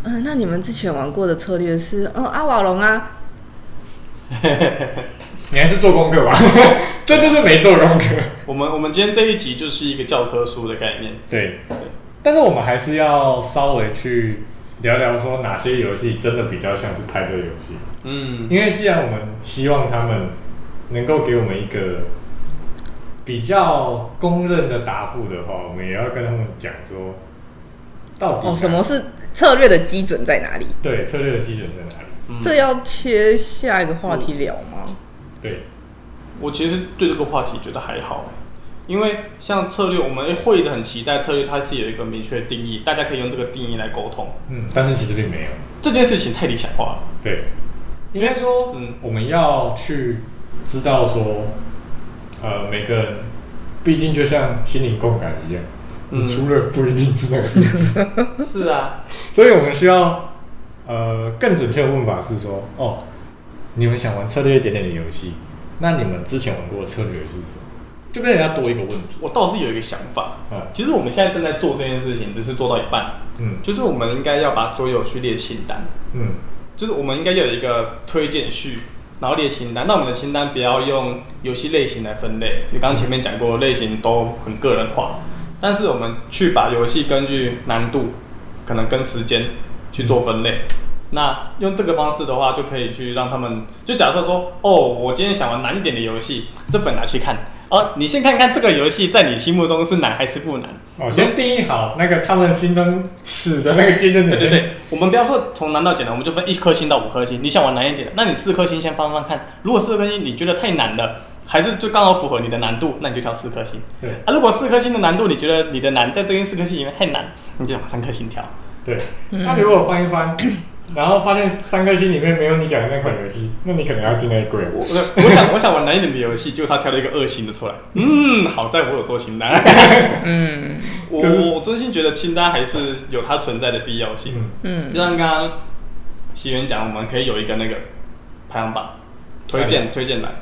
[SPEAKER 1] 嗯、那你们之前玩过的策略是哦阿瓦隆啊？
[SPEAKER 2] 你还是做功课吧， *laughs* 这就是没做功课。
[SPEAKER 3] 我们我们今天这一集就是一个教科书的概念。
[SPEAKER 2] 对，但是我们还是要稍微去聊聊说哪些游戏真的比较像是派对游戏，
[SPEAKER 3] 嗯，
[SPEAKER 2] 因为既然我们希望他们能够给我们一个比较公认的答复的话，我们也要跟他们讲说，到底哪
[SPEAKER 1] 哦，什么是策略的基准在哪里？
[SPEAKER 2] 对策略的基准在哪里？
[SPEAKER 3] 嗯
[SPEAKER 1] 这要切下一个话题聊吗？
[SPEAKER 2] 对，
[SPEAKER 3] 我其实对这个话题觉得还好、因为像策略，我们会一直很期待策略，它是有一个明确的定义，大家可以用这个定义来沟通。
[SPEAKER 2] 嗯，但是其实并没有。
[SPEAKER 3] 这件事情太理想化了。
[SPEAKER 2] 对，应该说，
[SPEAKER 3] 嗯
[SPEAKER 2] 我们要去知道说，呃，每个人，毕竟就像心灵共感一样，
[SPEAKER 3] 嗯
[SPEAKER 2] 你出了不一定是那个数字，
[SPEAKER 3] 是啊，
[SPEAKER 2] 所以我们需要，呃，更准确的问法是说，哦，你们想玩策略一点点的游戏，那你们之前玩过的策略游戏是什么？就变成要多一个问题
[SPEAKER 3] 我倒是有一个想法。
[SPEAKER 2] 啊，
[SPEAKER 3] 其实我们现在正在做这件事情，只是做到一半，
[SPEAKER 2] 嗯
[SPEAKER 3] 就是我们应该要把桌游去列清单，
[SPEAKER 2] 嗯
[SPEAKER 3] 就是我们应该有一个推荐序，然后列清单。那我们的清单不要用游戏类型来分类，你刚刚前面讲过，类型都很个人化。但是我们去把游戏根据难度，可能跟时间去做分类。那用这个方式的话，就可以去让他们就假设说，哦，我今天想玩难一点的游戏，这本拿去看。哦，你先看看这个游戏在你心目中是难还是不难？
[SPEAKER 2] 哦，先定义好那个他们心中尺的那个界限点。
[SPEAKER 3] 对对对，我们不要说从难到简单，我们就分一颗星到五颗星。你想玩难一点的，那你四颗星先放放看。如果四颗星你觉得太难了，还是就刚好符合你的难度，那你就挑四颗星。
[SPEAKER 2] 对
[SPEAKER 3] 啊，如果四颗星的难度你觉得你的难在这边四颗星里面太难，你就往三颗星挑。
[SPEAKER 2] 对，那如果翻一翻，然后发现三颗星里面没有你讲的那款游戏，那你可能要进那一柜。
[SPEAKER 3] 我我我想我想玩难一点的游戏，结果他挑了一个二星的出来。嗯，好在我有做清单。
[SPEAKER 1] 嗯
[SPEAKER 2] *laughs*
[SPEAKER 3] 我
[SPEAKER 2] 可是
[SPEAKER 3] 我我真心觉得清单还是有它存在的必要性。
[SPEAKER 2] 嗯，
[SPEAKER 1] 嗯
[SPEAKER 3] 就像刚刚席源讲，我们可以有一个那个排行榜推荐推荐栏，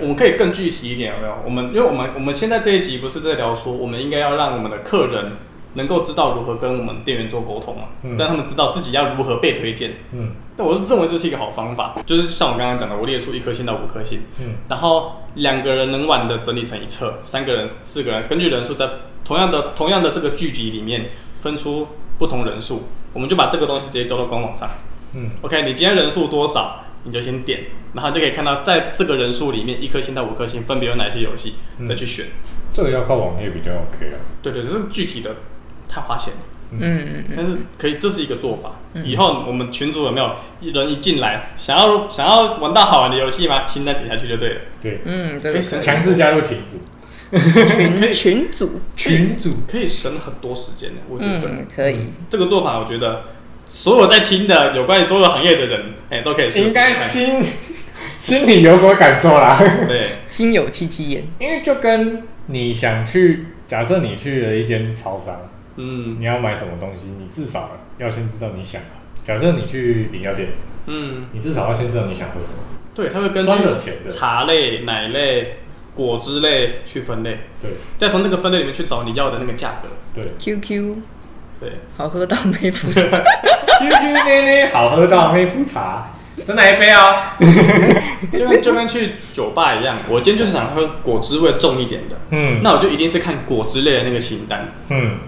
[SPEAKER 3] 我们可以更具体一点，有没有？我们因为我们我们现在这一集不是在聊说，我们应该要让我们的客人能够知道如何跟我们店员做沟通嘛，
[SPEAKER 2] 嗯
[SPEAKER 3] 让他们知道自己要如何被推荐。
[SPEAKER 2] 嗯
[SPEAKER 3] 但我是认为这是一个好方法，就是像我刚刚讲的，我列出一颗星到五颗星，
[SPEAKER 2] 嗯
[SPEAKER 3] 然后两个人能玩的整理成一册，三个人、四个人根据人数在同样的同样的这个聚集里面分出不同人数，我们就把这个东西直接丢到官网上。
[SPEAKER 2] 嗯
[SPEAKER 3] OK，你今天人数多少，你就先点，然后就可以看到在这个人数里面一颗星到五颗星分别有哪些游戏，
[SPEAKER 2] 嗯
[SPEAKER 3] 再去选。
[SPEAKER 2] 这个要靠网页比较 OK 啊。
[SPEAKER 3] 对对，这是具体的，太花钱了。
[SPEAKER 1] 嗯嗯
[SPEAKER 3] 但是可以，这是一个做法。以后我们群主有没有人一进来，想要想要玩到好玩的游戏吗？清单点下去就对了。
[SPEAKER 2] 对，
[SPEAKER 1] 嗯，这个
[SPEAKER 3] 可以
[SPEAKER 2] 强制加入群组，
[SPEAKER 3] 可以
[SPEAKER 1] 群群组，
[SPEAKER 2] 群组
[SPEAKER 3] 可以省很多时间的，我觉得、
[SPEAKER 1] 嗯，可以，
[SPEAKER 3] 这个做法，我觉得所有在听的有关于桌游行业的人，哎、都可以试试
[SPEAKER 2] 应该
[SPEAKER 3] 看
[SPEAKER 2] 心 *laughs* 心里有所感受啦， *laughs*
[SPEAKER 3] 对，
[SPEAKER 1] 心有戚戚焉。
[SPEAKER 2] 因为就跟你想去，假设你去了一间超商，
[SPEAKER 3] 嗯
[SPEAKER 2] 你要买什么东西，你至少要先知道你想。假设你去饮料店，
[SPEAKER 3] 嗯，
[SPEAKER 2] 你至少要先知道你想喝什么。
[SPEAKER 3] 对，它会根
[SPEAKER 2] 酸的甜
[SPEAKER 3] 据
[SPEAKER 2] 的
[SPEAKER 3] 茶类、奶类、果汁类去分类，
[SPEAKER 2] 对
[SPEAKER 3] 再从这个分类里面去找你要的那个价格。
[SPEAKER 2] 对，
[SPEAKER 1] QQ
[SPEAKER 3] 对，
[SPEAKER 1] 好喝到没 *laughs* 谱，
[SPEAKER 2] QQ 奶奶好喝到黑普茶，真的一杯哦。
[SPEAKER 3] 就
[SPEAKER 2] *laughs*
[SPEAKER 3] 跟就跟去酒吧一样，我今天就是想喝果汁味重一点的，
[SPEAKER 2] *laughs* 嗯
[SPEAKER 3] 那我就一定是看果汁类的那个清单，
[SPEAKER 2] 嗯，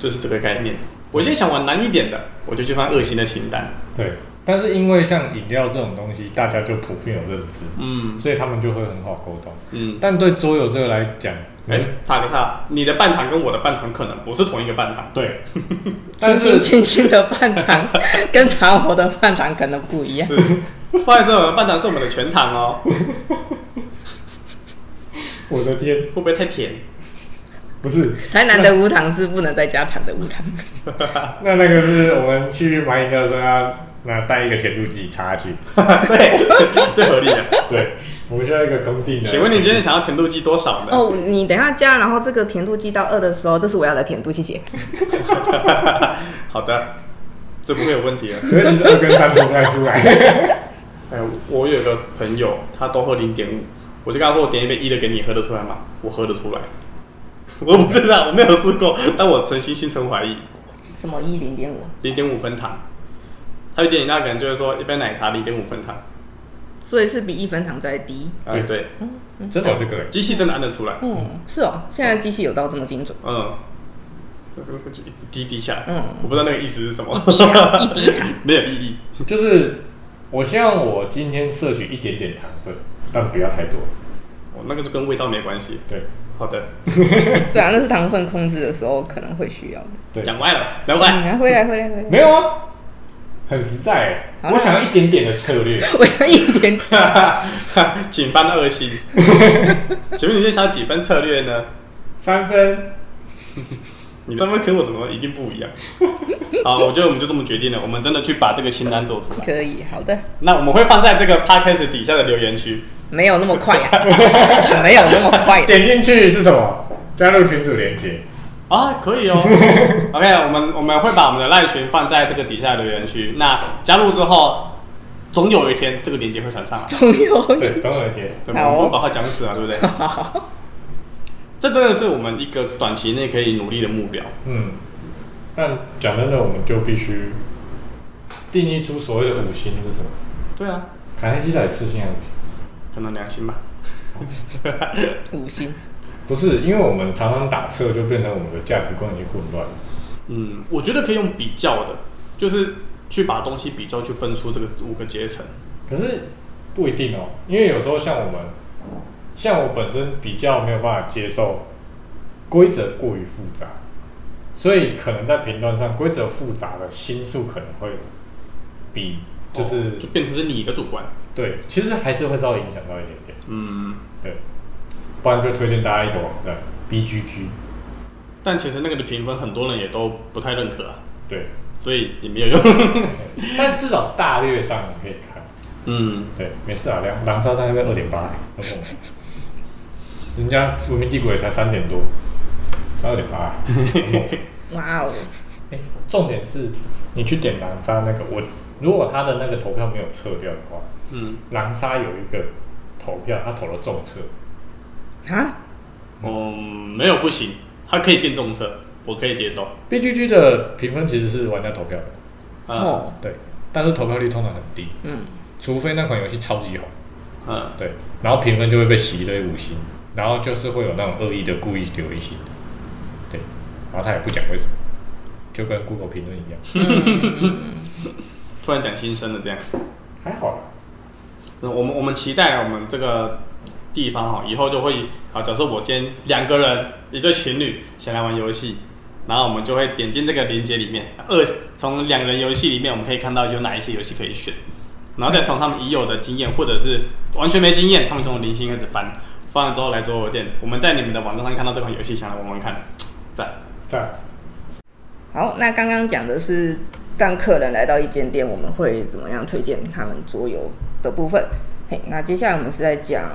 [SPEAKER 3] 就是这个概念。我今天想玩难一点的，我就去翻恶心的清单。
[SPEAKER 2] 对。但是因为像饮料这种东西，大家就普遍有认知，
[SPEAKER 3] 嗯
[SPEAKER 2] 所以他们就会很好沟通。
[SPEAKER 3] 嗯，
[SPEAKER 2] 但对桌游这个来讲，嗯
[SPEAKER 3] 哎、打个岔，你的半糖跟我的半糖可能不是同一个半糖。
[SPEAKER 2] 对， *laughs* 但
[SPEAKER 1] 清清
[SPEAKER 2] 是
[SPEAKER 1] 清清的饭
[SPEAKER 2] *laughs*
[SPEAKER 1] 堂跟茶壶的饭堂可能不一样。
[SPEAKER 3] 是，不好意思，我们半糖是我们的全糖 *laughs* 哦，
[SPEAKER 2] 我的天，
[SPEAKER 3] 会不会太甜？
[SPEAKER 2] 不是，
[SPEAKER 1] 台南的无糖是不能再加糖的无糖，
[SPEAKER 2] 那那个是我们去买饮料的时候要拿带一个甜度计插下去。
[SPEAKER 3] *laughs* *laughs* 对，最合理的。
[SPEAKER 2] 对，我们需要一个公定的。
[SPEAKER 3] 请问你今天想要甜度计多少呢？
[SPEAKER 1] 哦，你等一下加，然后这个甜度计到二的时候，这是我要的甜度，谢谢。
[SPEAKER 3] 好的，这不会有问题了。
[SPEAKER 2] 可是其实二跟三分不太出来。
[SPEAKER 3] 哎、我有个朋友，他都喝零点五，我就跟他说，我点一杯一的给你，喝得出来吗？我喝得出来。 *laughs* 我不知道，我没有试过， *laughs* 但我诚心心存怀疑。
[SPEAKER 1] 什么一零点五？
[SPEAKER 3] 零点五分糖，他有点饮料可能就会说一杯奶茶零点五分糖。
[SPEAKER 1] 所以是比一分糖再低。
[SPEAKER 3] 哎，
[SPEAKER 2] 对
[SPEAKER 3] 对，
[SPEAKER 2] *laughs* 真的有这个、欸？
[SPEAKER 3] 机器真的按得出来。
[SPEAKER 1] 嗯，是哦，现在机器有到这么精准，
[SPEAKER 3] 嗯， *laughs* 就一滴滴下来，
[SPEAKER 1] 嗯
[SPEAKER 3] 我不知道那个意思是什么，
[SPEAKER 1] 一滴啊一滴糖， *laughs*
[SPEAKER 3] 没有意义。
[SPEAKER 2] 就是我希望我今天摄取一点点糖分，但不要太多。
[SPEAKER 3] 哦，那个就跟味道没关系。
[SPEAKER 2] 对
[SPEAKER 3] 好的，
[SPEAKER 1] 对啊，那是糖分控制的时候可能会需要的。
[SPEAKER 2] 对，
[SPEAKER 3] 讲歪了，聊歪。
[SPEAKER 1] 嗯，啊回来回来回 *laughs* 来，
[SPEAKER 2] 没有啊，很实在、欸。
[SPEAKER 1] 好啦
[SPEAKER 2] 我想要一点点的策略，
[SPEAKER 1] 我要一点点。嗯
[SPEAKER 3] *laughs* 请翻二星。请问你今天想要几分策略呢？
[SPEAKER 2] 三分，
[SPEAKER 3] 你三分跟我的东西一定不一样。好，我觉得我们就这么决定了，我们真的去把这个清单做出来。
[SPEAKER 1] 可以，好的，
[SPEAKER 3] 那我们会放在这个 podcast 底下的留言区，
[SPEAKER 1] 没有那么快呀、啊 *laughs* 没有那么快、
[SPEAKER 2] 点进去是什么？加入群组连接。
[SPEAKER 3] 啊，可以哦。OK，我们我们会把我们的赖群放在这个底下的留言区。那加入之后，总有一天这个链接会传上来。
[SPEAKER 1] 总有 *laughs*
[SPEAKER 2] 对，总有一天。
[SPEAKER 3] 对，
[SPEAKER 1] 好哦
[SPEAKER 3] 我们不把它讲死啊，对不对？
[SPEAKER 1] 好，
[SPEAKER 3] 这真的是我们一个短期内可以努力的目标。
[SPEAKER 2] 嗯，但讲真的，我们就必须定义出所谓的五星是什么。
[SPEAKER 3] 对啊，
[SPEAKER 2] 卡内基到底四星还是五星？
[SPEAKER 3] 可能良心吧。
[SPEAKER 1] 五星
[SPEAKER 2] 不是，因为我们常常打测，就变成我们的价值观已经混乱了。
[SPEAKER 3] 嗯，我觉得可以用比较的，就是去把东西比较，去分出这个五个阶层。
[SPEAKER 2] 可是不一定哦，因为有时候像我们，像我本身比较没有办法接受规则过于复杂，所以可能在评断上，规则复杂的心数可能会比就是、
[SPEAKER 3] 哦就变成是你的主观。
[SPEAKER 2] 对，其实还是会稍微影响到一点点。
[SPEAKER 3] 嗯，
[SPEAKER 2] 对，不然就推荐大家一个网站 BGG，
[SPEAKER 3] 但其实那个的评分很多人也都不太认可啊，
[SPEAKER 2] 对，
[SPEAKER 3] 所以也没有用。 *laughs*
[SPEAKER 2] 但至少大略上你可以看。
[SPEAKER 3] 嗯，
[SPEAKER 2] 对，没事啊，梁梁超三那边二点八，很猛人家文明帝国也才三点多，他二点八，欸很猛
[SPEAKER 1] 哇哦，
[SPEAKER 2] 哎，重点是，你去点狼杀那个，我如果他的那个投票没有撤掉的话，
[SPEAKER 3] 嗯，
[SPEAKER 2] 狼杀有一个投票，他投了重测，
[SPEAKER 1] 啊，
[SPEAKER 3] 哦，没有不行，它可以变重车，我可以接受。
[SPEAKER 2] B G G 的评分其实是玩家投票的，
[SPEAKER 3] 嗯
[SPEAKER 1] 哦，
[SPEAKER 2] 对，但是投票率通常很低，
[SPEAKER 1] 嗯，
[SPEAKER 2] 除非那款游戏超级红，
[SPEAKER 3] 嗯，
[SPEAKER 2] 对，然后评分就会被洗一堆五星，然后就是会有那种恶意的故意留一星的，对，然后他也不讲为什么，就跟 Google 评论一样，
[SPEAKER 3] 突然讲新生的这样。
[SPEAKER 2] 还好啦，
[SPEAKER 3] 那嗯我们我们期待我们这个地方哈，以后就会啊，假设我今天两个人一对情侣想来玩游戏，然后我们就会点进这个链接里面，二从两人游戏里面我们可以看到有哪一些游戏可以选，然后再从他们已有的经验或者是完全没经验，他们从零星开始翻，翻了之后来做我店，我们在你们的网站上看到这款游戏，想来玩玩看，赞。
[SPEAKER 2] 赞，
[SPEAKER 1] 好，那刚刚讲的是让客人来到一间店，我们会怎么样推荐他们桌游的部分。嘿，那接下来我们是在讲，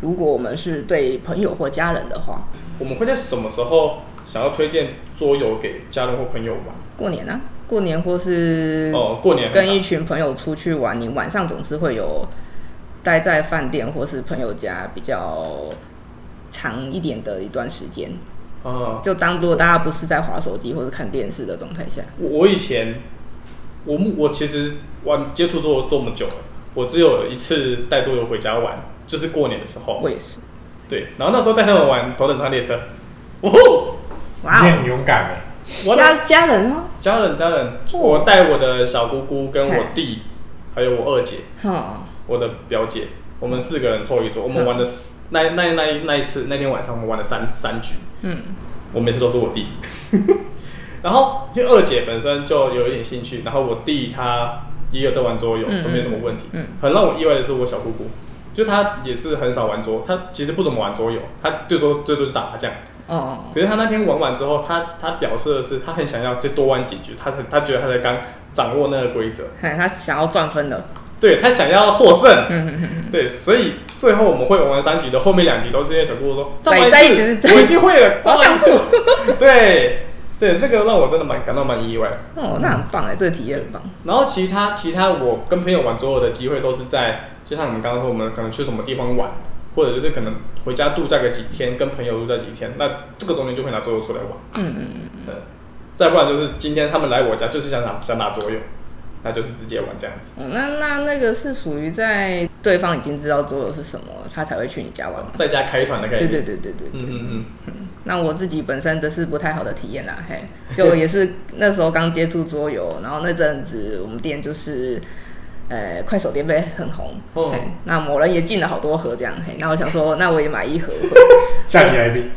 [SPEAKER 1] 如果我们是对朋友或家人的话，
[SPEAKER 3] 我们会在什么时候想要推荐桌游给家人或朋友玩？
[SPEAKER 1] 过年啊，过年或是
[SPEAKER 3] 哦，过年很
[SPEAKER 1] 跟
[SPEAKER 3] 长
[SPEAKER 1] 一群朋友出去玩，你晚上总是会有待在饭店或是朋友家比较长一点的一段时间。
[SPEAKER 3] 嗯，
[SPEAKER 1] 就当如果大家不是在划手机或者看电视的状态下，
[SPEAKER 3] 我我以前，我目我其实玩接触桌游这么久了，我只有一次带桌游回家玩，就是过年的时候。
[SPEAKER 1] 我也是，
[SPEAKER 3] 对，然后那时候带他们玩《头等舱列车》，哦吼，
[SPEAKER 1] 哇
[SPEAKER 2] 你
[SPEAKER 1] 哦，
[SPEAKER 2] 很勇敢哎、
[SPEAKER 3] 我的
[SPEAKER 1] 家家人吗？
[SPEAKER 3] 家人家人，
[SPEAKER 1] 哦
[SPEAKER 3] 我带我的小姑姑跟我弟，还有我二姐，
[SPEAKER 1] 哈、
[SPEAKER 3] 我的表姐，我们四个人凑一桌，我
[SPEAKER 1] 嗯
[SPEAKER 3] 们玩的那那那那一次那天晚上我们玩了三三局，
[SPEAKER 1] 嗯，
[SPEAKER 3] 我每次都是我弟。 *laughs* 然后就二姐本身就有一点兴趣，然后我弟他也有在玩桌游，
[SPEAKER 1] 嗯
[SPEAKER 3] 都没什么问题。
[SPEAKER 1] 嗯
[SPEAKER 3] 很让我意外的是我小姑姑，就她也是很少玩桌，她其实不怎么玩桌游，她最多最多就打麻将。
[SPEAKER 1] 哦，
[SPEAKER 3] 可是她那天玩完之后，她她表示的是她很想要再多玩几局，她才她觉得她才刚掌握那个规则，
[SPEAKER 1] 嘿，他想要赚分了，
[SPEAKER 3] 对她想要获胜。
[SPEAKER 1] 嗯嗯嗯，
[SPEAKER 3] 对，所以最后我们会玩完三局的后面两局都是因为小姑姑说
[SPEAKER 1] 再
[SPEAKER 3] 玩
[SPEAKER 1] 再一
[SPEAKER 3] 次
[SPEAKER 1] 局再
[SPEAKER 3] 我已经会
[SPEAKER 1] *laughs*
[SPEAKER 3] 了，再
[SPEAKER 1] 我
[SPEAKER 3] 玩一
[SPEAKER 1] 上
[SPEAKER 3] 次。 *laughs* 对对，那个让我真的蛮感到蛮意外。
[SPEAKER 1] 哦，那很棒哎，这个体验很棒，
[SPEAKER 3] 然后其他其他我跟朋友玩桌游的机会都是在，就像你们刚刚说，我们可能去什么地方玩，或者就是可能回家度假个几天，跟朋友度假几天，那这个中间就会拿桌游出来玩。
[SPEAKER 1] 嗯嗯
[SPEAKER 3] 嗯，再不然就是今天他们来我家就是想拿想拿桌游，那就是直接玩这样子。
[SPEAKER 1] 嗯，那那那个是属于在对方已经知道桌游是什么，他才会去你家玩吗？
[SPEAKER 3] 在家开团的概
[SPEAKER 1] 对
[SPEAKER 3] 念。
[SPEAKER 1] 对对对对
[SPEAKER 3] 嗯嗯嗯，
[SPEAKER 1] 那我自己本身的是不太好的体验啦，嘿，就也是那时候刚接触桌游，然后那阵子我们店就是，呃，快手店杯很红，
[SPEAKER 3] 哦
[SPEAKER 1] 嘿，那某人也进了好多盒这样，嘿，那我想说，那我也买一
[SPEAKER 3] *laughs*
[SPEAKER 1] 盒，
[SPEAKER 2] 下期来宾，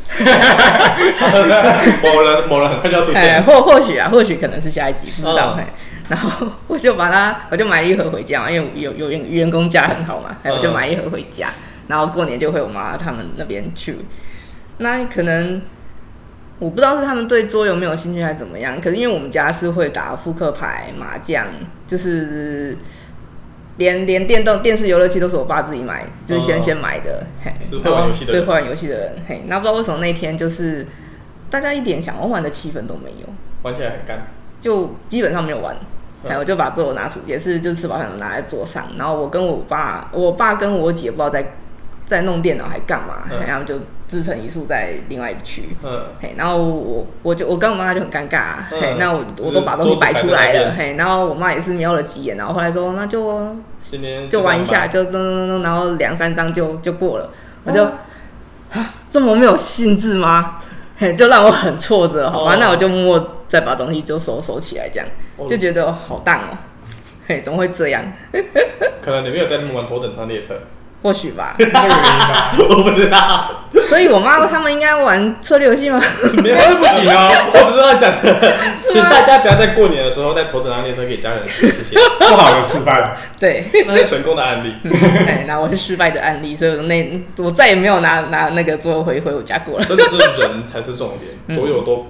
[SPEAKER 3] 某人某人很快就要出
[SPEAKER 1] 哎，
[SPEAKER 3] 现。
[SPEAKER 1] 或或许啊，或许可能是下一集，不知道，
[SPEAKER 3] 嗯
[SPEAKER 1] 嘿，然后我就把它，我就买一盒回家嘛，因为有有员员工价很好嘛，哎，我就
[SPEAKER 3] 嗯
[SPEAKER 1] 买一盒回家，然后过年就回我妈他们那边去。那可能我不知道是他们对桌游没有兴趣还是怎么样，可是因为我们家是会打扑克牌、麻将，就是连连电动电视游乐器都是我爸自己买，就是先、
[SPEAKER 3] 哦
[SPEAKER 1] 先买的，嘿，
[SPEAKER 3] 是会玩游戏的
[SPEAKER 1] 对
[SPEAKER 3] 人
[SPEAKER 1] 会玩游戏的人，嘿，那不知道为什么那天就是大家一点想要玩的气氛都没有，
[SPEAKER 3] 玩起来很干。
[SPEAKER 1] 就基本上没有玩。
[SPEAKER 3] 嗯
[SPEAKER 1] 哎，我就把桌游拿出，也是就吃饱饭拿在桌上，然后我跟我爸、我爸跟我姐不知道在在弄电脑还干嘛，
[SPEAKER 3] 嗯
[SPEAKER 1] 然后他们就自成一宿在另外一区。
[SPEAKER 3] 嗯，
[SPEAKER 1] 嘿，然后我我就我跟我妈就很尴尬、啊，
[SPEAKER 3] 嗯
[SPEAKER 1] 嘿，那我
[SPEAKER 3] 就是
[SPEAKER 1] 我都把东西摆出来
[SPEAKER 3] 桌子摆在
[SPEAKER 1] 了
[SPEAKER 3] 那，
[SPEAKER 1] 嘿，然后我妈也是瞄了几眼，然后后来说那就
[SPEAKER 3] 今天
[SPEAKER 1] 就玩一下，
[SPEAKER 3] 这
[SPEAKER 1] 就咚咚咚，然后两三张就就过了，我就
[SPEAKER 2] 哦
[SPEAKER 1] 啊这么没有兴致吗？ *laughs* 嘿，就让我很挫折，好吧，
[SPEAKER 3] 哦
[SPEAKER 1] 那我就默默再把东西就收收起来，这样
[SPEAKER 3] 哦
[SPEAKER 1] 就觉得好淡哦， *laughs* 嘿，怎么会这样？
[SPEAKER 3] 样吧，可能你没有带他们玩头等舱列车，
[SPEAKER 1] *laughs* 或许吧，
[SPEAKER 2] 是这个原因吧？ *laughs*
[SPEAKER 3] 我不知道，
[SPEAKER 1] 所以我妈他们应该玩策略游戏吗？ *laughs*
[SPEAKER 3] 没有
[SPEAKER 2] 那是不行哦，
[SPEAKER 3] 我只是要讲的，请大家不要在过年的时候带头等舱列车给家人说谢谢，
[SPEAKER 1] *laughs*
[SPEAKER 2] 不好的示范。
[SPEAKER 1] 对， *laughs*
[SPEAKER 3] 那是成功的案例。
[SPEAKER 1] 哎，那我是失败的案例，所以我那我再也没有拿拿那个桌游回回我家
[SPEAKER 2] *laughs*
[SPEAKER 1] 过了。
[SPEAKER 3] 真的是人才是重点，所有都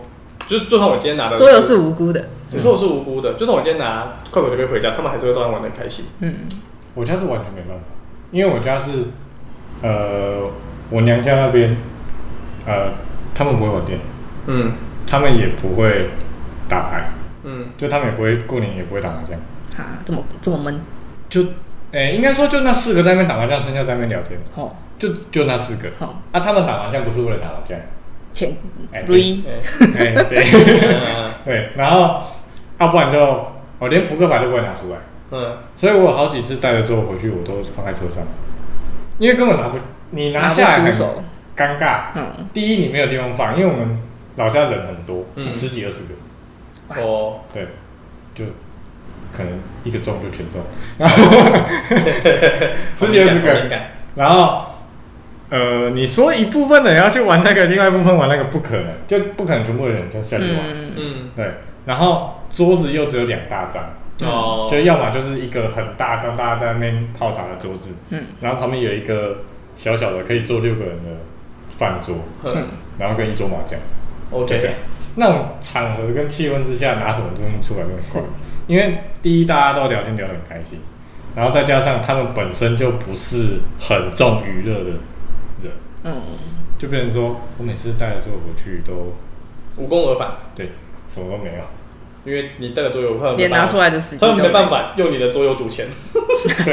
[SPEAKER 3] 就就算我今天拿的
[SPEAKER 1] 桌游嗯是无辜的，
[SPEAKER 3] 你说我是无辜的，就算我今天拿快手这边回家，他们还是会照样玩的开心。
[SPEAKER 1] 嗯，
[SPEAKER 2] 我家是完全没办法，因为我家是呃，我娘家那边呃，他们不会玩电脑，
[SPEAKER 3] 嗯
[SPEAKER 2] 他们也不会打牌，
[SPEAKER 3] 嗯，
[SPEAKER 2] 就他们也不会过年也不会打麻将，
[SPEAKER 1] 啊，这么这么闷，
[SPEAKER 2] 就哎、应该说就那四个在那边打麻将，剩下在那边聊天，
[SPEAKER 1] 哦，
[SPEAKER 2] 就就那四个。
[SPEAKER 1] 好，
[SPEAKER 2] 啊，他们打麻将不是为了打麻将，
[SPEAKER 1] 前
[SPEAKER 2] 哎、对，
[SPEAKER 1] 瑞
[SPEAKER 3] 哎
[SPEAKER 2] 哎、对
[SPEAKER 3] 嗯
[SPEAKER 2] *laughs* 对，然后啊，不然就我连扑克牌都不会拿出来，
[SPEAKER 3] 嗯，
[SPEAKER 1] *laughs*
[SPEAKER 2] 所以我有好几次带着之后回去，我都放在车上，因为根本拿不，你拿下来啊
[SPEAKER 1] 不出
[SPEAKER 2] 很
[SPEAKER 1] 手，
[SPEAKER 2] 尴尬。
[SPEAKER 1] 嗯，
[SPEAKER 2] 第一，你没有地方放，因为我们老家人很多，
[SPEAKER 3] 嗯
[SPEAKER 2] 十几二十个，
[SPEAKER 3] 哦，
[SPEAKER 2] 对，就可能一个中就全中，十几二十
[SPEAKER 3] 好
[SPEAKER 2] 个
[SPEAKER 3] 敏，感，
[SPEAKER 2] 然后，呃，你说一部分的人要去玩那个，另外一部分玩那个不可能，就不可能全部的人都下去玩。
[SPEAKER 1] 嗯，
[SPEAKER 3] 嗯
[SPEAKER 2] 对，然后桌子又只有两大张，
[SPEAKER 3] 哦，
[SPEAKER 2] 就要么就是一个很大张，大家在那边泡茶的桌子，
[SPEAKER 1] 嗯，
[SPEAKER 2] 然后旁边有一个小小的可以坐六个人的饭桌，
[SPEAKER 1] 嗯
[SPEAKER 3] 嗯
[SPEAKER 2] 然后跟一桌麻将，就这样
[SPEAKER 3] OK，。
[SPEAKER 2] 那种场合跟气氛之下，拿什么东西出来都很
[SPEAKER 1] 是
[SPEAKER 2] 快，因为第一大家都聊天聊得很开心，然后再加上他们本身就不是很重娱乐的人，
[SPEAKER 1] 嗯，
[SPEAKER 2] 就变成说我每次带着桌游回去都
[SPEAKER 3] 无功而返，
[SPEAKER 2] 对什么都没有，
[SPEAKER 3] 因为你带了桌游，他们
[SPEAKER 1] 嗯连
[SPEAKER 3] 没
[SPEAKER 1] 拿
[SPEAKER 3] 办
[SPEAKER 1] 出
[SPEAKER 3] 法，
[SPEAKER 1] 来的时
[SPEAKER 3] 他
[SPEAKER 1] 间
[SPEAKER 3] 们
[SPEAKER 1] 都
[SPEAKER 3] 没办，法用你的桌游赌钱。
[SPEAKER 2] 对，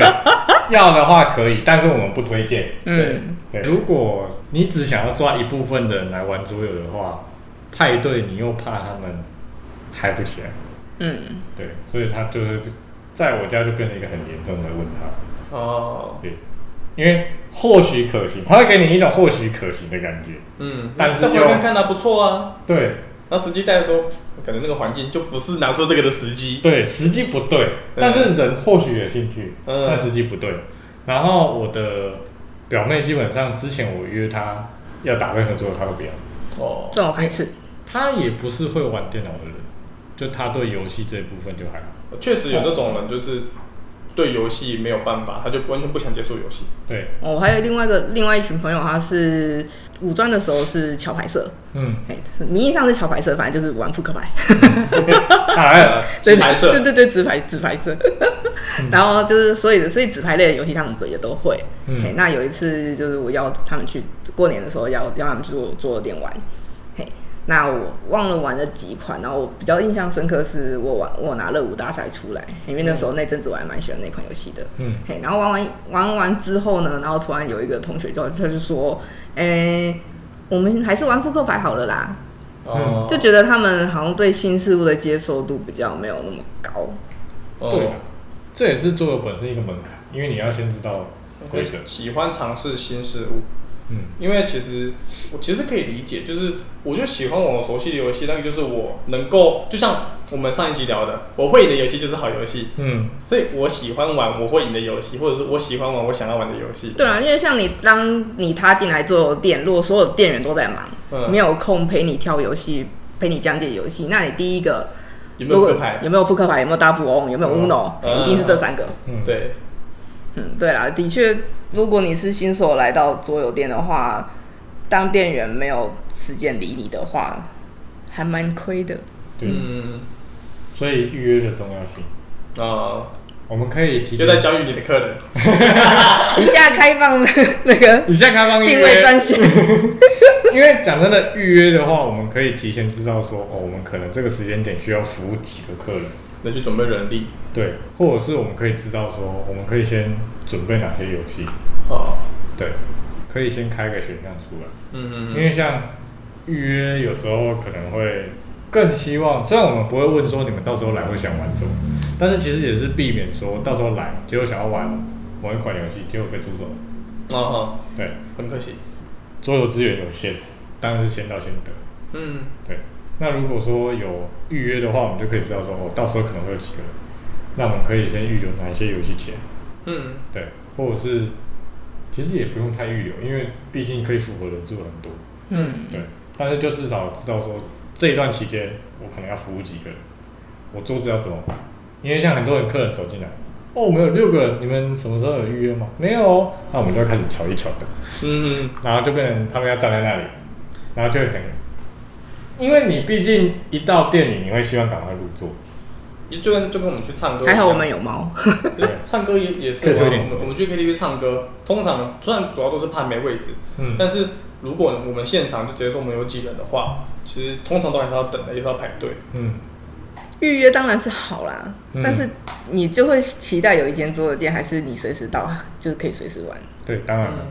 [SPEAKER 2] 要的话可以，但是我们不推荐。
[SPEAKER 1] 嗯，
[SPEAKER 2] 对，如果你只想要抓一部分的人来玩桌游的话，派对你又怕他们嗨不起来，
[SPEAKER 1] 嗯，
[SPEAKER 2] 对，所以他就是在我家就变成一个很严重的问号，
[SPEAKER 3] 哦，
[SPEAKER 2] 对，因为或许可行，他会给你一种或许可行的感觉，
[SPEAKER 3] 嗯，
[SPEAKER 2] 但是
[SPEAKER 3] 但我
[SPEAKER 2] 又
[SPEAKER 3] 看看啊，不错啊。
[SPEAKER 2] 对
[SPEAKER 3] 然后实际带的时候，感觉那个环境就不是拿出这个的时机。
[SPEAKER 2] 对，时机不对，但是人或许有兴趣，
[SPEAKER 3] 嗯
[SPEAKER 2] 但时机不对。然后我的表妹基本上之前我约她要打任何桌游，她都不要。
[SPEAKER 3] 哦，
[SPEAKER 1] 这种排斥，
[SPEAKER 2] 他也不是会玩电脑的人，就他对游戏这一部分就还好。
[SPEAKER 3] 确实有那种人，就是对游戏没有办法，他就完全不想接触游戏。
[SPEAKER 2] 对，
[SPEAKER 1] 我哦还有另外一个另外一群朋友，他是五专的时候是桥牌社，
[SPEAKER 2] 嗯，
[SPEAKER 1] 哎，是名义上是桥牌社，反正就是玩扑克牌，
[SPEAKER 3] 嗯
[SPEAKER 2] 哎，
[SPEAKER 3] 纸牌社嗯
[SPEAKER 1] 对对对，纸牌纸牌社，然后就是所以所以纸牌类的游戏他们也都会，嘿，
[SPEAKER 2] 嗯，
[SPEAKER 1] 那有一次就是我要他们去过年的时候要要他们去做做点玩，嘿，那我忘了玩了几款，然后我比较印象深刻是我玩我拿了五大赛出来，因为那时候那阵子我还蛮喜欢那款游戏的，
[SPEAKER 2] 嗯，
[SPEAKER 1] 嘿，然后玩完玩完之后呢，然后突然有一个同学就他就说，诶、我们还是玩扑克牌好了啦，
[SPEAKER 3] 哦，
[SPEAKER 1] 就觉得他们好像对新事物的接受度比较没有那么高，
[SPEAKER 2] 对
[SPEAKER 3] 哦
[SPEAKER 2] 啊，这也是桌游本身一个门槛，因为你要先知道规则。
[SPEAKER 3] 喜欢尝试新事物，
[SPEAKER 2] 嗯
[SPEAKER 3] 因为其实我其实可以理解，就是我就喜欢玩我熟悉的游戏，那个就是我能够，就像我们上一集聊的，我会赢的游戏就是好游戏，
[SPEAKER 2] 嗯，
[SPEAKER 3] 所以我喜欢玩我会赢的游戏，或者是我喜欢玩我想要玩的游戏。
[SPEAKER 1] 对啊，因为像你，当你踏进来做店，如果所有店员都在忙，
[SPEAKER 3] 嗯
[SPEAKER 1] 没有空陪你挑游戏，陪你讲解游戏，那你第一个
[SPEAKER 3] 有没有
[SPEAKER 1] 如果
[SPEAKER 3] 盾牌？
[SPEAKER 1] 有没有扑克牌？有没有大富翁？有没有 Uno？、
[SPEAKER 3] 嗯
[SPEAKER 1] 一定是这三个。
[SPEAKER 2] 嗯，
[SPEAKER 3] 对，
[SPEAKER 1] 嗯，对啦，的确，如果你是新手来到桌游店的话，当店员没有时间理你的话，还蛮亏的。
[SPEAKER 2] 对，
[SPEAKER 3] 嗯，
[SPEAKER 2] 所以预约的重要性，
[SPEAKER 3] 啊，
[SPEAKER 2] 我们可以提
[SPEAKER 3] 又
[SPEAKER 2] 前。
[SPEAKER 3] 在教育你的客人，
[SPEAKER 1] 以下开放那个
[SPEAKER 2] 你现在开放预
[SPEAKER 1] 定位
[SPEAKER 2] 约，
[SPEAKER 1] 专线，
[SPEAKER 3] *laughs*
[SPEAKER 2] *laughs* 因为讲真的，预约的话，我们可以提前知道说，哦，我们可能这个时间点需要服务几个客人，
[SPEAKER 3] 得去准备人力
[SPEAKER 2] 对，或者是我们可以知道说，我们可以先准备哪些游戏，
[SPEAKER 3] 啊，
[SPEAKER 2] 对，可以先开个选项出来。
[SPEAKER 3] 嗯
[SPEAKER 2] 因
[SPEAKER 3] 嗯
[SPEAKER 2] 为像预约有时候可能会更希望，虽然我们不会问说你们到时候来会想玩什么，但是其实也是避免说到时候来结果想要玩某一款游戏，结果被租走。
[SPEAKER 3] 嗯，啊啊，
[SPEAKER 2] 对，
[SPEAKER 3] 很可惜，
[SPEAKER 2] 桌游资源有限，当然是先到先得。
[SPEAKER 3] 嗯，
[SPEAKER 2] 对，那如果说有预约的话，我们就可以知道说哦，到时候可能会有几个人，那我们可以先预留哪一些游戏起来，
[SPEAKER 3] 嗯，
[SPEAKER 2] 对，或者是其实也不用太预留，因为毕竟可以符合的住很多。
[SPEAKER 1] 嗯，
[SPEAKER 2] 对，但是就至少知道说这一段期间我可能要服务几个人，我桌子要怎么摆，因为像很多人客人走进来，哦，我们有六个人，你们什么时候有预约吗？没有哦，那我们就要开始瞧一瞧的，
[SPEAKER 3] 嗯，
[SPEAKER 2] 然后就变成他们要站在那里，然后就会很，因为你毕竟一到店里，你会希望赶快入座，
[SPEAKER 3] 嗯就就跟就跟我们去唱歌一样，
[SPEAKER 1] 还好我们有猫。
[SPEAKER 2] 对
[SPEAKER 3] 唱歌也也是
[SPEAKER 2] 可以
[SPEAKER 3] 啊，
[SPEAKER 2] 推
[SPEAKER 3] 我
[SPEAKER 2] 点
[SPEAKER 3] 们我们去 KTV 唱歌，通常虽然主要都是怕没位置，
[SPEAKER 2] 嗯，
[SPEAKER 3] 但是如果我们现场就直接说我们有几人的话，其实通常都还是要等的，也是要排队。
[SPEAKER 2] 嗯，
[SPEAKER 1] 预约当然是好啦，
[SPEAKER 2] 嗯
[SPEAKER 1] 但是你就会期待有一间桌游店，还是你随时到， *laughs* 就是可以随时玩。
[SPEAKER 2] 对，当然
[SPEAKER 3] 嗯
[SPEAKER 2] 了。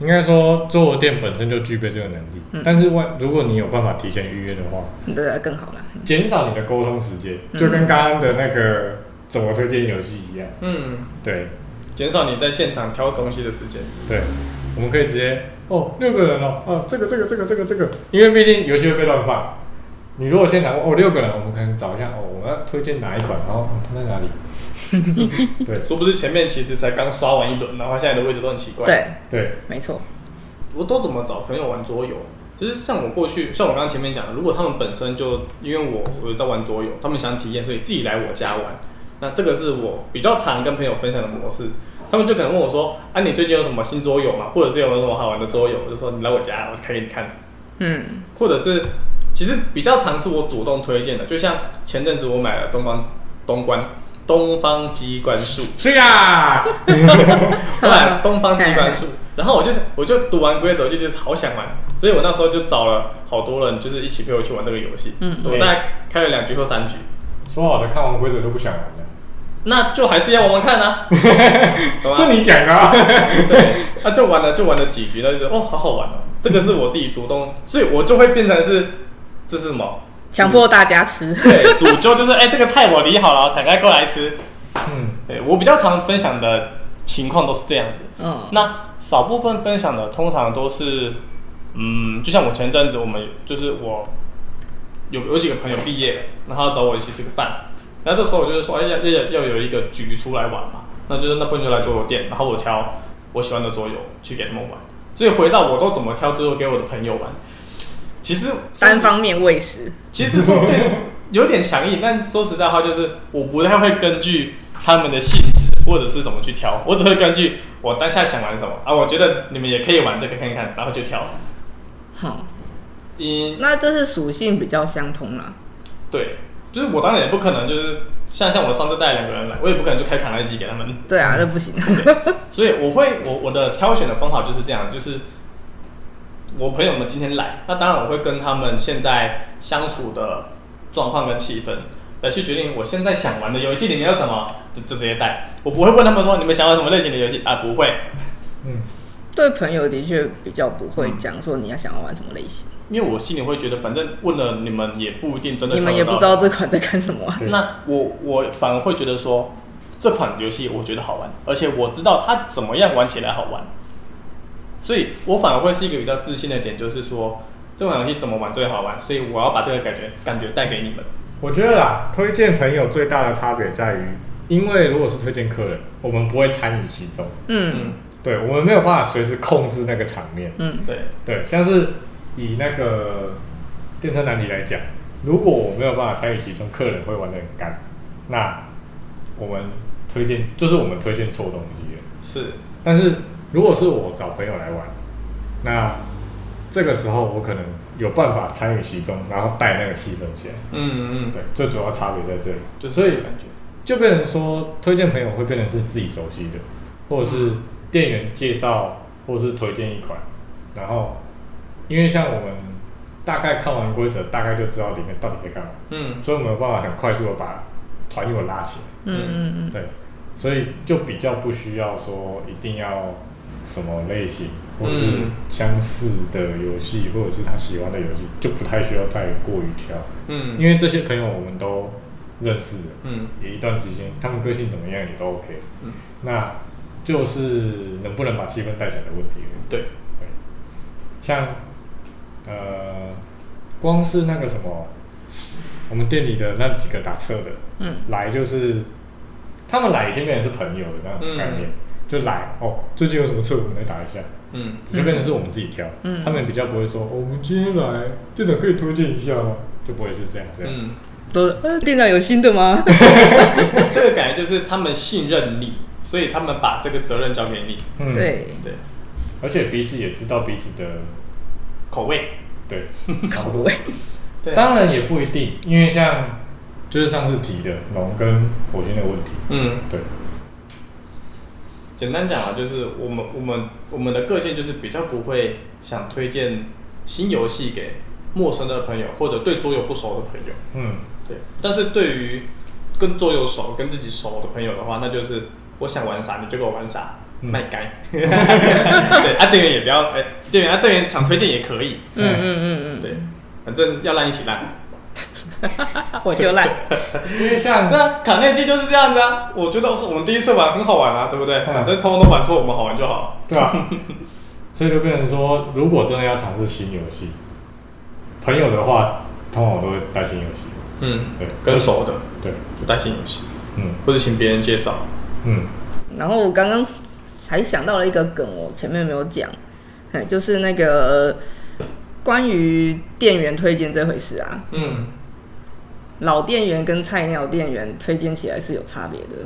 [SPEAKER 2] 应该说，桌游店本身就具备这个能力，但是万如果你有办法提前预约的话，
[SPEAKER 1] 对，更好啦。
[SPEAKER 2] 减少你的沟通时间，就跟刚刚的那个怎么推荐游戏一样。
[SPEAKER 3] 嗯，
[SPEAKER 2] 对
[SPEAKER 3] 减少你在现场挑东西的时间。
[SPEAKER 2] 对，我们可以直接哦，六个人哦，哦，这个这个这个这个这个，因为毕竟游戏会被乱放。你如果现场问哦六个人，我们可能找一下哦，我们要推荐哪一款，然后哦它在哪里？ *laughs* 对
[SPEAKER 3] 殊不知前面其实才刚刷完一轮，然后现在的位置都很奇怪。，
[SPEAKER 1] 对，
[SPEAKER 2] 对，
[SPEAKER 1] 没错。
[SPEAKER 3] 我都怎么找朋友玩桌游？其实像我过去，像我刚刚前面讲的，如果他们本身就因为我我有在玩桌游，他们想体验，所以自己来我家玩。那这个是我比较常跟朋友分享的模式。他们就可能问我说：“啊，你最近有什么新桌游吗？或者是有没有什么好玩的桌游？”我就说：“你来我家，我开给你看。”
[SPEAKER 1] 嗯，
[SPEAKER 3] 或者是其实比较常是我主动推荐的，就像前阵子我买了东关东关东方鸡冠树，
[SPEAKER 2] 是呀，
[SPEAKER 3] *laughs* 我买了东方鸡冠树，然后我就想我就读完规则就觉得好想玩，所以我那时候就找了好多人，就是一起陪我去玩这个游戏。
[SPEAKER 1] 嗯
[SPEAKER 3] 我大概开了两局或三局，
[SPEAKER 2] 说好的看完规则都不想玩了，
[SPEAKER 3] 那就还是要玩玩看啊，懂吗？
[SPEAKER 2] 这你讲的啊。
[SPEAKER 3] 对，那、就玩了就玩了几局，那就觉得哦好好玩哦，这个是我自己主动，所以我就会变成是这是什么？
[SPEAKER 1] 强迫大家吃。
[SPEAKER 3] 对，主揪就是哎、这个菜我理好了，赶快过来吃。
[SPEAKER 2] 嗯，
[SPEAKER 3] 对我比较常分享的情况都是这样子。
[SPEAKER 1] 嗯
[SPEAKER 3] 那少部分分享的，通常都是，嗯，就像我前阵子，我们就是我有有几个朋友毕业了，然后找我一起吃个饭，然后这时候我就说，哎，要要要有一个局出来玩嘛，那就是那不然就来桌游店，然后我挑我喜欢的桌游去给他们玩。所以回到我都怎么挑桌游给我的朋友玩，其实说
[SPEAKER 1] 单
[SPEAKER 3] 实
[SPEAKER 1] 方面喂食，
[SPEAKER 3] 其实说对，有点强硬，但说实在话，就是我不太会根据他们的性质或者是怎么去挑，我只会根据我当下想玩什么啊，我觉得你们也可以玩这个看看，然后就挑。
[SPEAKER 1] 好、
[SPEAKER 3] 嗯，
[SPEAKER 1] 那就是属性比较相同啦。
[SPEAKER 3] 对，就是我当然也不可能就是像像我上次带两个人来，我也不可能就开卡耐基给他们，
[SPEAKER 1] 对啊，那不行。 *laughs*
[SPEAKER 3] 所以我会我我的挑选的方法就是这样，就是我朋友们今天来，那当然我会跟他们现在相处的状况跟气氛来去决定我现在想玩的游戏里面有什么，就就直接带。我不会问他们说你们想玩什么类型的游戏啊，不会，
[SPEAKER 1] 对朋友的确比较不会讲说你要想要玩什么类型，
[SPEAKER 3] 因为我心里会觉得反正问了你们也不一定真的
[SPEAKER 1] 你们
[SPEAKER 3] 挑
[SPEAKER 1] 也
[SPEAKER 3] 得
[SPEAKER 1] 不知
[SPEAKER 3] 到。
[SPEAKER 1] 道这款在干什么啊、
[SPEAKER 2] 对
[SPEAKER 3] 那我我反而会觉得说这款游戏我觉得好玩，而且我知道它怎么样玩起来好玩，所以我反而会是一个比较自信的点，就是说这款游戏怎么玩最好玩，所以我要把这个感觉感觉带给你们。
[SPEAKER 2] 我觉得啦，推荐朋友最大的差别在于，因为如果是推荐客人，我们不会参与其中。
[SPEAKER 1] 嗯
[SPEAKER 3] 嗯，
[SPEAKER 2] 对，我们没有办法随时控制那个场面。
[SPEAKER 1] 嗯
[SPEAKER 3] 对，
[SPEAKER 2] 对，像是以那个电车难题来讲，如果我没有办法参与其中，客人会玩的很干，那我们推荐就是我们推荐错东西了。
[SPEAKER 3] 是，
[SPEAKER 2] 但是如果是我找朋友来玩，那这个时候我可能有办法参与其中，然后带那个气氛起来。
[SPEAKER 3] 嗯嗯，
[SPEAKER 2] 对，最主要差别在这里，
[SPEAKER 3] 就是
[SPEAKER 2] 所以
[SPEAKER 3] 这种感觉，
[SPEAKER 2] 就变成说推荐朋友会变成是自己熟悉的，或者是店员介绍，或是推荐一款，然后因为像我们大概看完规则，大概就知道里面到底在干嘛，
[SPEAKER 3] 嗯
[SPEAKER 2] 所以我们有办法很快速的把团友拉起来，
[SPEAKER 1] 嗯嗯嗯，
[SPEAKER 2] 对，所以就比较不需要说一定要什么类型，或者是
[SPEAKER 3] 嗯
[SPEAKER 2] 相似的游戏，或者是他喜欢的游戏，就不太需要太过于挑，
[SPEAKER 3] 嗯
[SPEAKER 2] 因为这些朋友我们都认识了。
[SPEAKER 3] 嗯
[SPEAKER 2] 也一段时间，他们个性怎么样也都 OK，、
[SPEAKER 3] 嗯
[SPEAKER 2] 那就是能不能把气氛带起来的问题了。
[SPEAKER 3] 对
[SPEAKER 2] 对，像呃，光是那个什么，我们店里的那几个打车的，
[SPEAKER 1] 嗯，
[SPEAKER 2] 来就是他们来已经变成是朋友的那种概念，就来哦，最近有什么车我们来打一下，
[SPEAKER 3] 嗯
[SPEAKER 2] 只就变成是我们自己挑，
[SPEAKER 1] 嗯
[SPEAKER 2] 他们比较不会说、哦我们今天来店长可以推荐一下吗？就不会是这样这样。
[SPEAKER 3] 嗯，
[SPEAKER 1] 都呃，店长有新的吗？
[SPEAKER 3] 这个感觉就是他们信任你，所以他们把这个责任交给你，
[SPEAKER 2] 嗯，，
[SPEAKER 1] 对，
[SPEAKER 3] 对，
[SPEAKER 2] 而且彼此也知道彼此的
[SPEAKER 3] 口味，
[SPEAKER 2] 对，
[SPEAKER 1] 口味，
[SPEAKER 3] 对啊，
[SPEAKER 2] 当然也不一定，因为像就是上次提的龙跟火星的问题，
[SPEAKER 3] 嗯，
[SPEAKER 2] 对，
[SPEAKER 3] 简单讲啊，就是我们我们我们的个性就是比较不会想推荐新游戏给陌生的朋友或者对桌游不熟的朋友。
[SPEAKER 2] 嗯，
[SPEAKER 3] 对，但是对于跟桌游熟、跟自己熟的朋友的话，那就是我想玩啥你就给我玩啥，
[SPEAKER 2] 嗯
[SPEAKER 3] 卖该。
[SPEAKER 2] *laughs*
[SPEAKER 3] 对，啊，店员也不要，哎、店员啊，店员想推荐也可以，
[SPEAKER 1] 嗯嗯嗯
[SPEAKER 3] 对，反正要烂一起烂。
[SPEAKER 1] 嗯，我就烂，
[SPEAKER 2] 因为像
[SPEAKER 3] 那卡内基就是这样子啊，我觉得我们第一次玩很好玩啊，对不对？
[SPEAKER 2] 嗯
[SPEAKER 3] 反正通通都玩错，我们好玩就好。
[SPEAKER 2] *laughs* 对吧？所以就变成说，如果真的要尝试新游戏，朋友的话，通常都会带新游戏，
[SPEAKER 3] 嗯，
[SPEAKER 2] 对，
[SPEAKER 3] 跟熟的
[SPEAKER 2] 对，
[SPEAKER 3] 就带新游戏，
[SPEAKER 2] 嗯
[SPEAKER 3] 或者请别人介绍。
[SPEAKER 2] 嗯
[SPEAKER 1] 然后我刚刚才想到了一个梗，我前面没有讲，哎，就是那个呃关于店员推荐这回事啊，
[SPEAKER 3] 嗯，
[SPEAKER 1] 老店员跟菜鸟店员推荐起来是有差别的。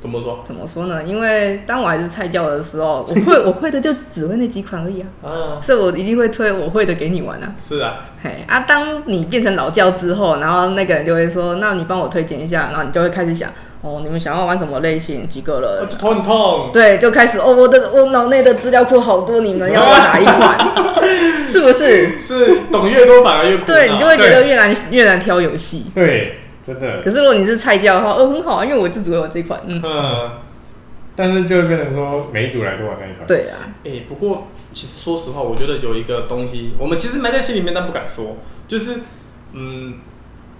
[SPEAKER 3] 怎么说？
[SPEAKER 1] 怎么说呢？因为当我还是菜教的时候，我会 *laughs* 我会的就只会那几款而已啊，
[SPEAKER 3] 啊，
[SPEAKER 1] 所以我一定会推我会的给你玩啊。
[SPEAKER 3] 是啊，
[SPEAKER 1] 嘿啊，当你变成老教之后，然后那个人就会说，那你帮我推荐一下，然后你就会开始想，哦，你们想要玩什么类型，几个
[SPEAKER 3] 我
[SPEAKER 1] 人？
[SPEAKER 3] 哦就头很痛。
[SPEAKER 1] 对，就开始哦，我的我脑内的资料库好多，你们要玩哪一款？
[SPEAKER 3] *laughs*
[SPEAKER 1] 是不是？
[SPEAKER 3] 是懂越多反而越苦恼。
[SPEAKER 1] 对你就会觉得越难越难挑游戏。
[SPEAKER 2] 对，真的，
[SPEAKER 1] 可是如果你是菜教的话，哦，很好啊，因为我就只会玩这款。嗯，
[SPEAKER 3] 嗯。
[SPEAKER 2] 但是就会变成说，每一组来都玩那一款，，
[SPEAKER 1] 对啊，
[SPEAKER 3] 哎、不过其实说实话，我觉得有一个东西，我们其实埋在心里面，但不敢说，就是嗯，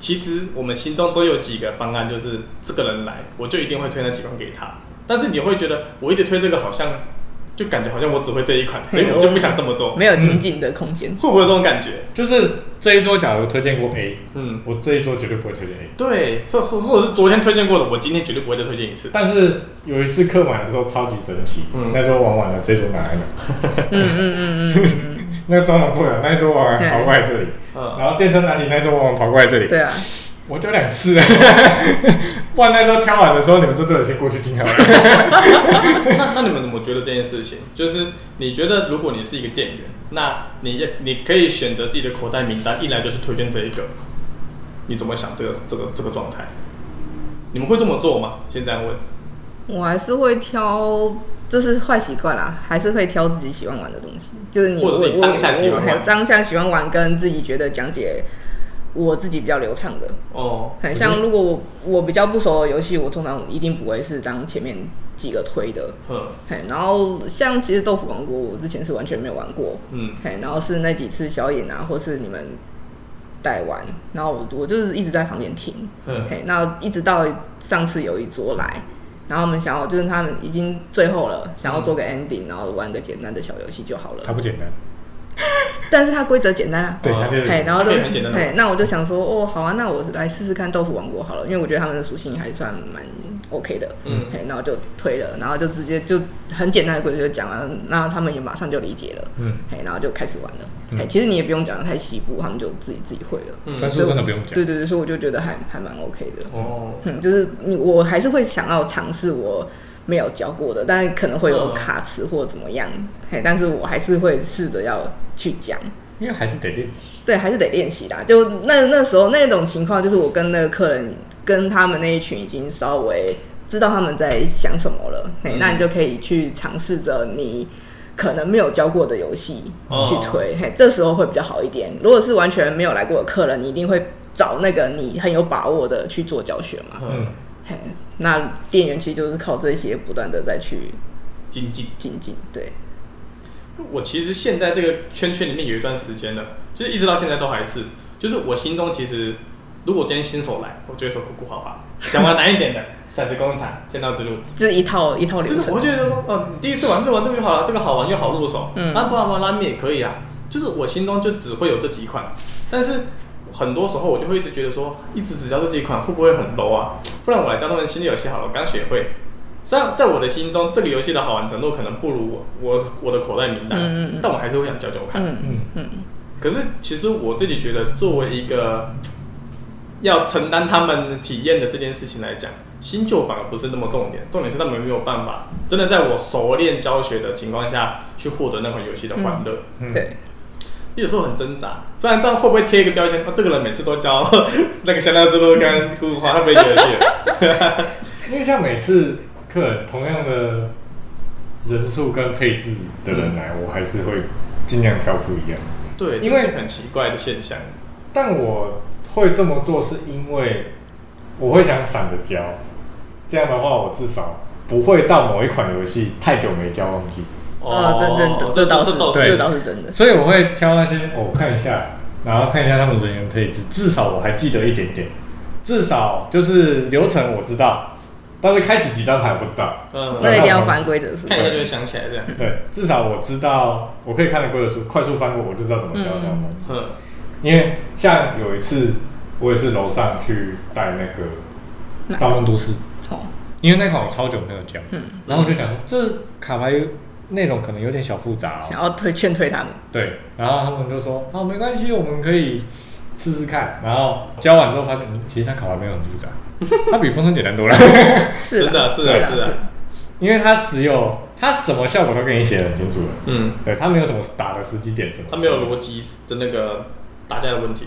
[SPEAKER 3] 其实我们心中都有几个方案，就是这个人来，我就一定会推那几款给他。但是你会觉得我一直推这个，好像就感觉好像我只会这一款，所以我就不想这么做。
[SPEAKER 1] 没有仅仅的空
[SPEAKER 3] *laughs*
[SPEAKER 1] 间。
[SPEAKER 3] 会不会有这种感觉？
[SPEAKER 2] 就是这一桌假如推荐过 A，
[SPEAKER 3] 嗯，
[SPEAKER 2] 我这一桌绝对不会推荐 A，
[SPEAKER 3] 对，是或或者是昨天推荐过的，我今天绝对不会再推荐一次。
[SPEAKER 2] 但是有一次客满的时候超级神奇，
[SPEAKER 3] 嗯
[SPEAKER 2] 那桌玩完了，这桌拿来拿，
[SPEAKER 1] 嗯嗯嗯嗯嗯，
[SPEAKER 2] 那桌玩错了，那一桌玩完
[SPEAKER 1] 对
[SPEAKER 2] 跑过来这里，
[SPEAKER 3] 嗯，
[SPEAKER 2] 然后电车难题那一桌玩完跑过来这里，
[SPEAKER 1] 对啊。
[SPEAKER 2] 我就两次 *laughs* 了，不然那时候挑完的时候，你们就真的先过去听
[SPEAKER 1] *laughs*
[SPEAKER 2] 好了。
[SPEAKER 3] 那那你们怎么觉得这件事情？就是你觉得如果你是一个店员，那你也你可以选择自己的口袋名单，一来就是推荐这一个，你怎么想这个这个这个状态？你们会这么做吗？先这样问。
[SPEAKER 1] 我还是会挑，这是坏习惯啦，还是会挑自己喜欢玩的东西，就是你
[SPEAKER 3] 或者是你
[SPEAKER 1] 我
[SPEAKER 3] 当下喜欢玩
[SPEAKER 1] 我我当下喜欢玩，跟自己觉得讲解我自己比较流畅的，
[SPEAKER 3] 哦，
[SPEAKER 1] 很像如果我我比较不熟的游戏，我通常一定不会是当前面几个推的，
[SPEAKER 3] 嗯
[SPEAKER 1] 嘿，然后像其实豆腐王国，我之前是完全没有玩过，
[SPEAKER 3] 嗯
[SPEAKER 1] 嘿，然后是那几次小颖啊，或是你们带玩，然后我我就是一直在旁边听，
[SPEAKER 3] 嗯
[SPEAKER 1] 嘿，那一直到上次有一桌来，然后我们想要就是他们已经最后了，想要做个 ending，然后玩个简单的小游戏就好
[SPEAKER 2] 它
[SPEAKER 1] 了。
[SPEAKER 2] 不简单，
[SPEAKER 1] 但是它规则简单啊，
[SPEAKER 2] 对，
[SPEAKER 3] 哦
[SPEAKER 2] 它就是
[SPEAKER 1] 嘿，然后就
[SPEAKER 3] 它可以很简单的
[SPEAKER 1] 嘿，那我就想说，哦，好啊，那我来试试看豆腐王国好了，因为我觉得他们的属性还算蛮 OK 的。
[SPEAKER 3] 嗯
[SPEAKER 1] 嘿，然后就推了，然后就直接就很简单的规则就讲了，那他们也马上就理解了，
[SPEAKER 2] 嗯，
[SPEAKER 1] 嘿，然后就开始玩了。
[SPEAKER 2] 嗯
[SPEAKER 1] 嘿，其实你也不用讲的太细部，他们就自己自己会了。
[SPEAKER 2] 分
[SPEAKER 3] 嗯
[SPEAKER 2] 数真的不用讲
[SPEAKER 1] 对，对对，所以我就觉得还还蛮 OK 的。
[SPEAKER 3] 哦
[SPEAKER 1] 嗯，就是你我还是会想要尝试我没有教过的，但可能会有
[SPEAKER 3] 嗯
[SPEAKER 1] 卡词或怎么样，嘿，但是我还是会试着要去讲。
[SPEAKER 2] 因为还是得练习。
[SPEAKER 1] 对，还是得练习啦。就那那时候那种情况，就是我跟那个客人跟他们那一群已经稍微知道他们在想什么了，嘿
[SPEAKER 3] 嗯
[SPEAKER 1] 那你就可以去尝试着你可能没有教过的游戏
[SPEAKER 3] 哦
[SPEAKER 1] 去推，嘿，这时候会比较好一点。如果是完全没有来过的客人，你一定会找那个你很有把握的去做教学嘛。
[SPEAKER 3] 嗯，
[SPEAKER 2] 嗯，
[SPEAKER 1] 嘿，那店员其实就是靠这些不断的再去
[SPEAKER 3] 精进。
[SPEAKER 1] 精进，对，
[SPEAKER 3] 我其实现在这个圈圈里面有一段时间了，就是一直到现在都还是，就是我心中其实，如果今天新手来，我就会说“姑姑好吧”，讲完难一点的，骰子工厂、剑道之路，
[SPEAKER 1] 这一套一套流
[SPEAKER 3] 就是
[SPEAKER 1] 程
[SPEAKER 3] 我会。觉得说，哦，你第一次玩就玩这个就好了，这个好玩又好入手，
[SPEAKER 1] 嗯
[SPEAKER 3] 啊，不然玩拉面也可以啊。就是我心中就只会有这几款，但是很多时候我就会一直觉得说，一直只教这几款会不会很 low 啊？不然我来教他们新的游戏好了，我刚学会。实际上，在我的心中，这个游戏的好玩程度可能不如我我我的口袋名单，
[SPEAKER 1] 嗯嗯嗯
[SPEAKER 3] 但我还是会想教教看。
[SPEAKER 1] 嗯
[SPEAKER 2] 嗯
[SPEAKER 1] 嗯
[SPEAKER 3] 可是其实我自己觉得，作为一个要承担他们体验的这件事情来讲，新旧反而不是那么重点，重点是他们有没有办法真的在我熟练教学的情况下去获得那款游戏的欢乐。
[SPEAKER 1] 嗯，
[SPEAKER 2] 嗯
[SPEAKER 1] 对，
[SPEAKER 3] 有时候很挣扎，不然这样会不会贴一个标签？哦，这个人每次都教 *laughs* 那个香料之路跟姑姑花，他不会觉得有
[SPEAKER 1] *laughs*
[SPEAKER 3] 趣了
[SPEAKER 2] 因为像每次客人同样的人数跟配置的人来，我还是会尽量挑不一样。
[SPEAKER 3] 对，
[SPEAKER 2] 因
[SPEAKER 3] 因
[SPEAKER 2] 为
[SPEAKER 3] 为很奇怪的现象。
[SPEAKER 2] 但我会这么做是因为我会想散着教，这样的话我至少不会到某一款游戏太久没教忘记，
[SPEAKER 3] 哦
[SPEAKER 1] 啊，真真的，这倒
[SPEAKER 3] 是都
[SPEAKER 1] 这
[SPEAKER 2] 对
[SPEAKER 1] 倒是真的。
[SPEAKER 2] 所以我会挑那些、哦我看一下，然后看一下他们人员配置，至少我还记得一点点，至少就是流程我知道，但是开始几张牌我不知道，
[SPEAKER 3] 嗯，
[SPEAKER 1] *laughs* 那一定要翻规
[SPEAKER 3] *laughs*
[SPEAKER 1] 则书。
[SPEAKER 3] 看一下就会想起来这样。
[SPEAKER 2] 对，至少我知道我可以看的规则书，快速翻过我就知道怎么教他们。
[SPEAKER 3] 嗯，
[SPEAKER 2] 因为像有一次我也是楼上去带那
[SPEAKER 1] 哪个
[SPEAKER 2] 个《盗梦都市》。
[SPEAKER 1] 哦，
[SPEAKER 2] 因为那款我超久没有教，
[SPEAKER 1] 嗯
[SPEAKER 2] 然后我就讲说这卡牌内容可能有点小复杂、
[SPEAKER 1] 想
[SPEAKER 2] 哦，
[SPEAKER 1] 要推劝退他们。
[SPEAKER 2] 对，然后他们就说啊没关系，我们可以试试看，然后教完之后发现，嗯，其实它卡牌没有很复
[SPEAKER 3] *laughs*
[SPEAKER 2] 杂，它比风筝简单多了，
[SPEAKER 1] 是
[SPEAKER 3] 真的啊是的
[SPEAKER 1] 的，
[SPEAKER 3] 是的
[SPEAKER 1] 的。
[SPEAKER 2] 因为它只有它什么效果都给你写的很清楚了，
[SPEAKER 3] 嗯，
[SPEAKER 2] 对，它没有什么打的时机点什么，
[SPEAKER 3] 他没有逻辑的那个打架的问题。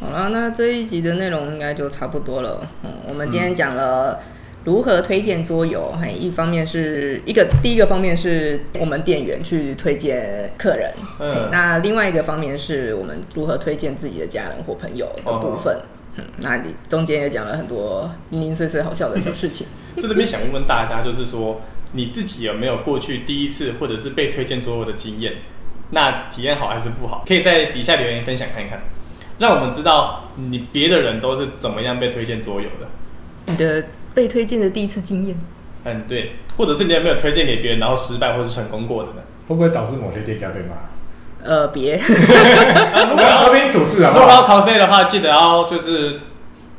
[SPEAKER 1] 好了，那这一集的内容应该就差不多了。嗯，我们今天讲了如何推荐桌游，嘿，一方面是一个第一个方面是我们店员去推荐客人，
[SPEAKER 3] 嗯
[SPEAKER 1] 嘿那另外一个方面是我们如何推荐自己的家人或朋友的部分。
[SPEAKER 3] 哦
[SPEAKER 1] 嗯，那你中间也讲了很多零零碎碎好笑的小事情。 *laughs*
[SPEAKER 3] 在这边想问问大家，就是说你自己有没有过去第一次或者是被推荐桌游的经验？那体验好还是不好？可以在底下留言分享看一看，让我们知道你别的人都是怎么样被推荐桌游的。
[SPEAKER 1] 你的被推荐的第一次经验，
[SPEAKER 3] 嗯，对，或者是你有没有推荐给别人然后失败或是成功过的呢？
[SPEAKER 2] 会不会导致某些店家被骂？
[SPEAKER 1] 呃，别。
[SPEAKER 3] 啊，如
[SPEAKER 2] 我
[SPEAKER 3] 果
[SPEAKER 2] 们要
[SPEAKER 3] 要
[SPEAKER 2] 和平处事啊，
[SPEAKER 3] 如果要逃税的话，记得要就是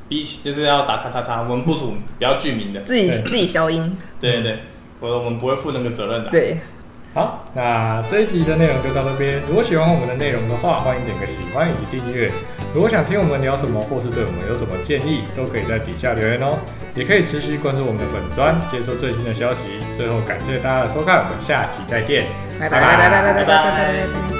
[SPEAKER 3] 比起就是要打叉叉叉，我们不组不要具名
[SPEAKER 1] *laughs*
[SPEAKER 3] 的。
[SPEAKER 1] 自己
[SPEAKER 2] 对
[SPEAKER 1] 自己消音，
[SPEAKER 3] 对对对，我我们不会负那个责任的。
[SPEAKER 1] 对，
[SPEAKER 2] 好，那这一集的内容就到这边。如果喜欢我们的内容的话，欢迎点个喜欢以及订阅。如果想听我们聊什么，或是对我们有什么建议，都可以在底下留言哦。也可以持续关注我们的粉砖，接收最新的消息。最后感谢大家的收看，我们下期再见，
[SPEAKER 1] 拜拜拜拜拜拜拜拜拜拜拜。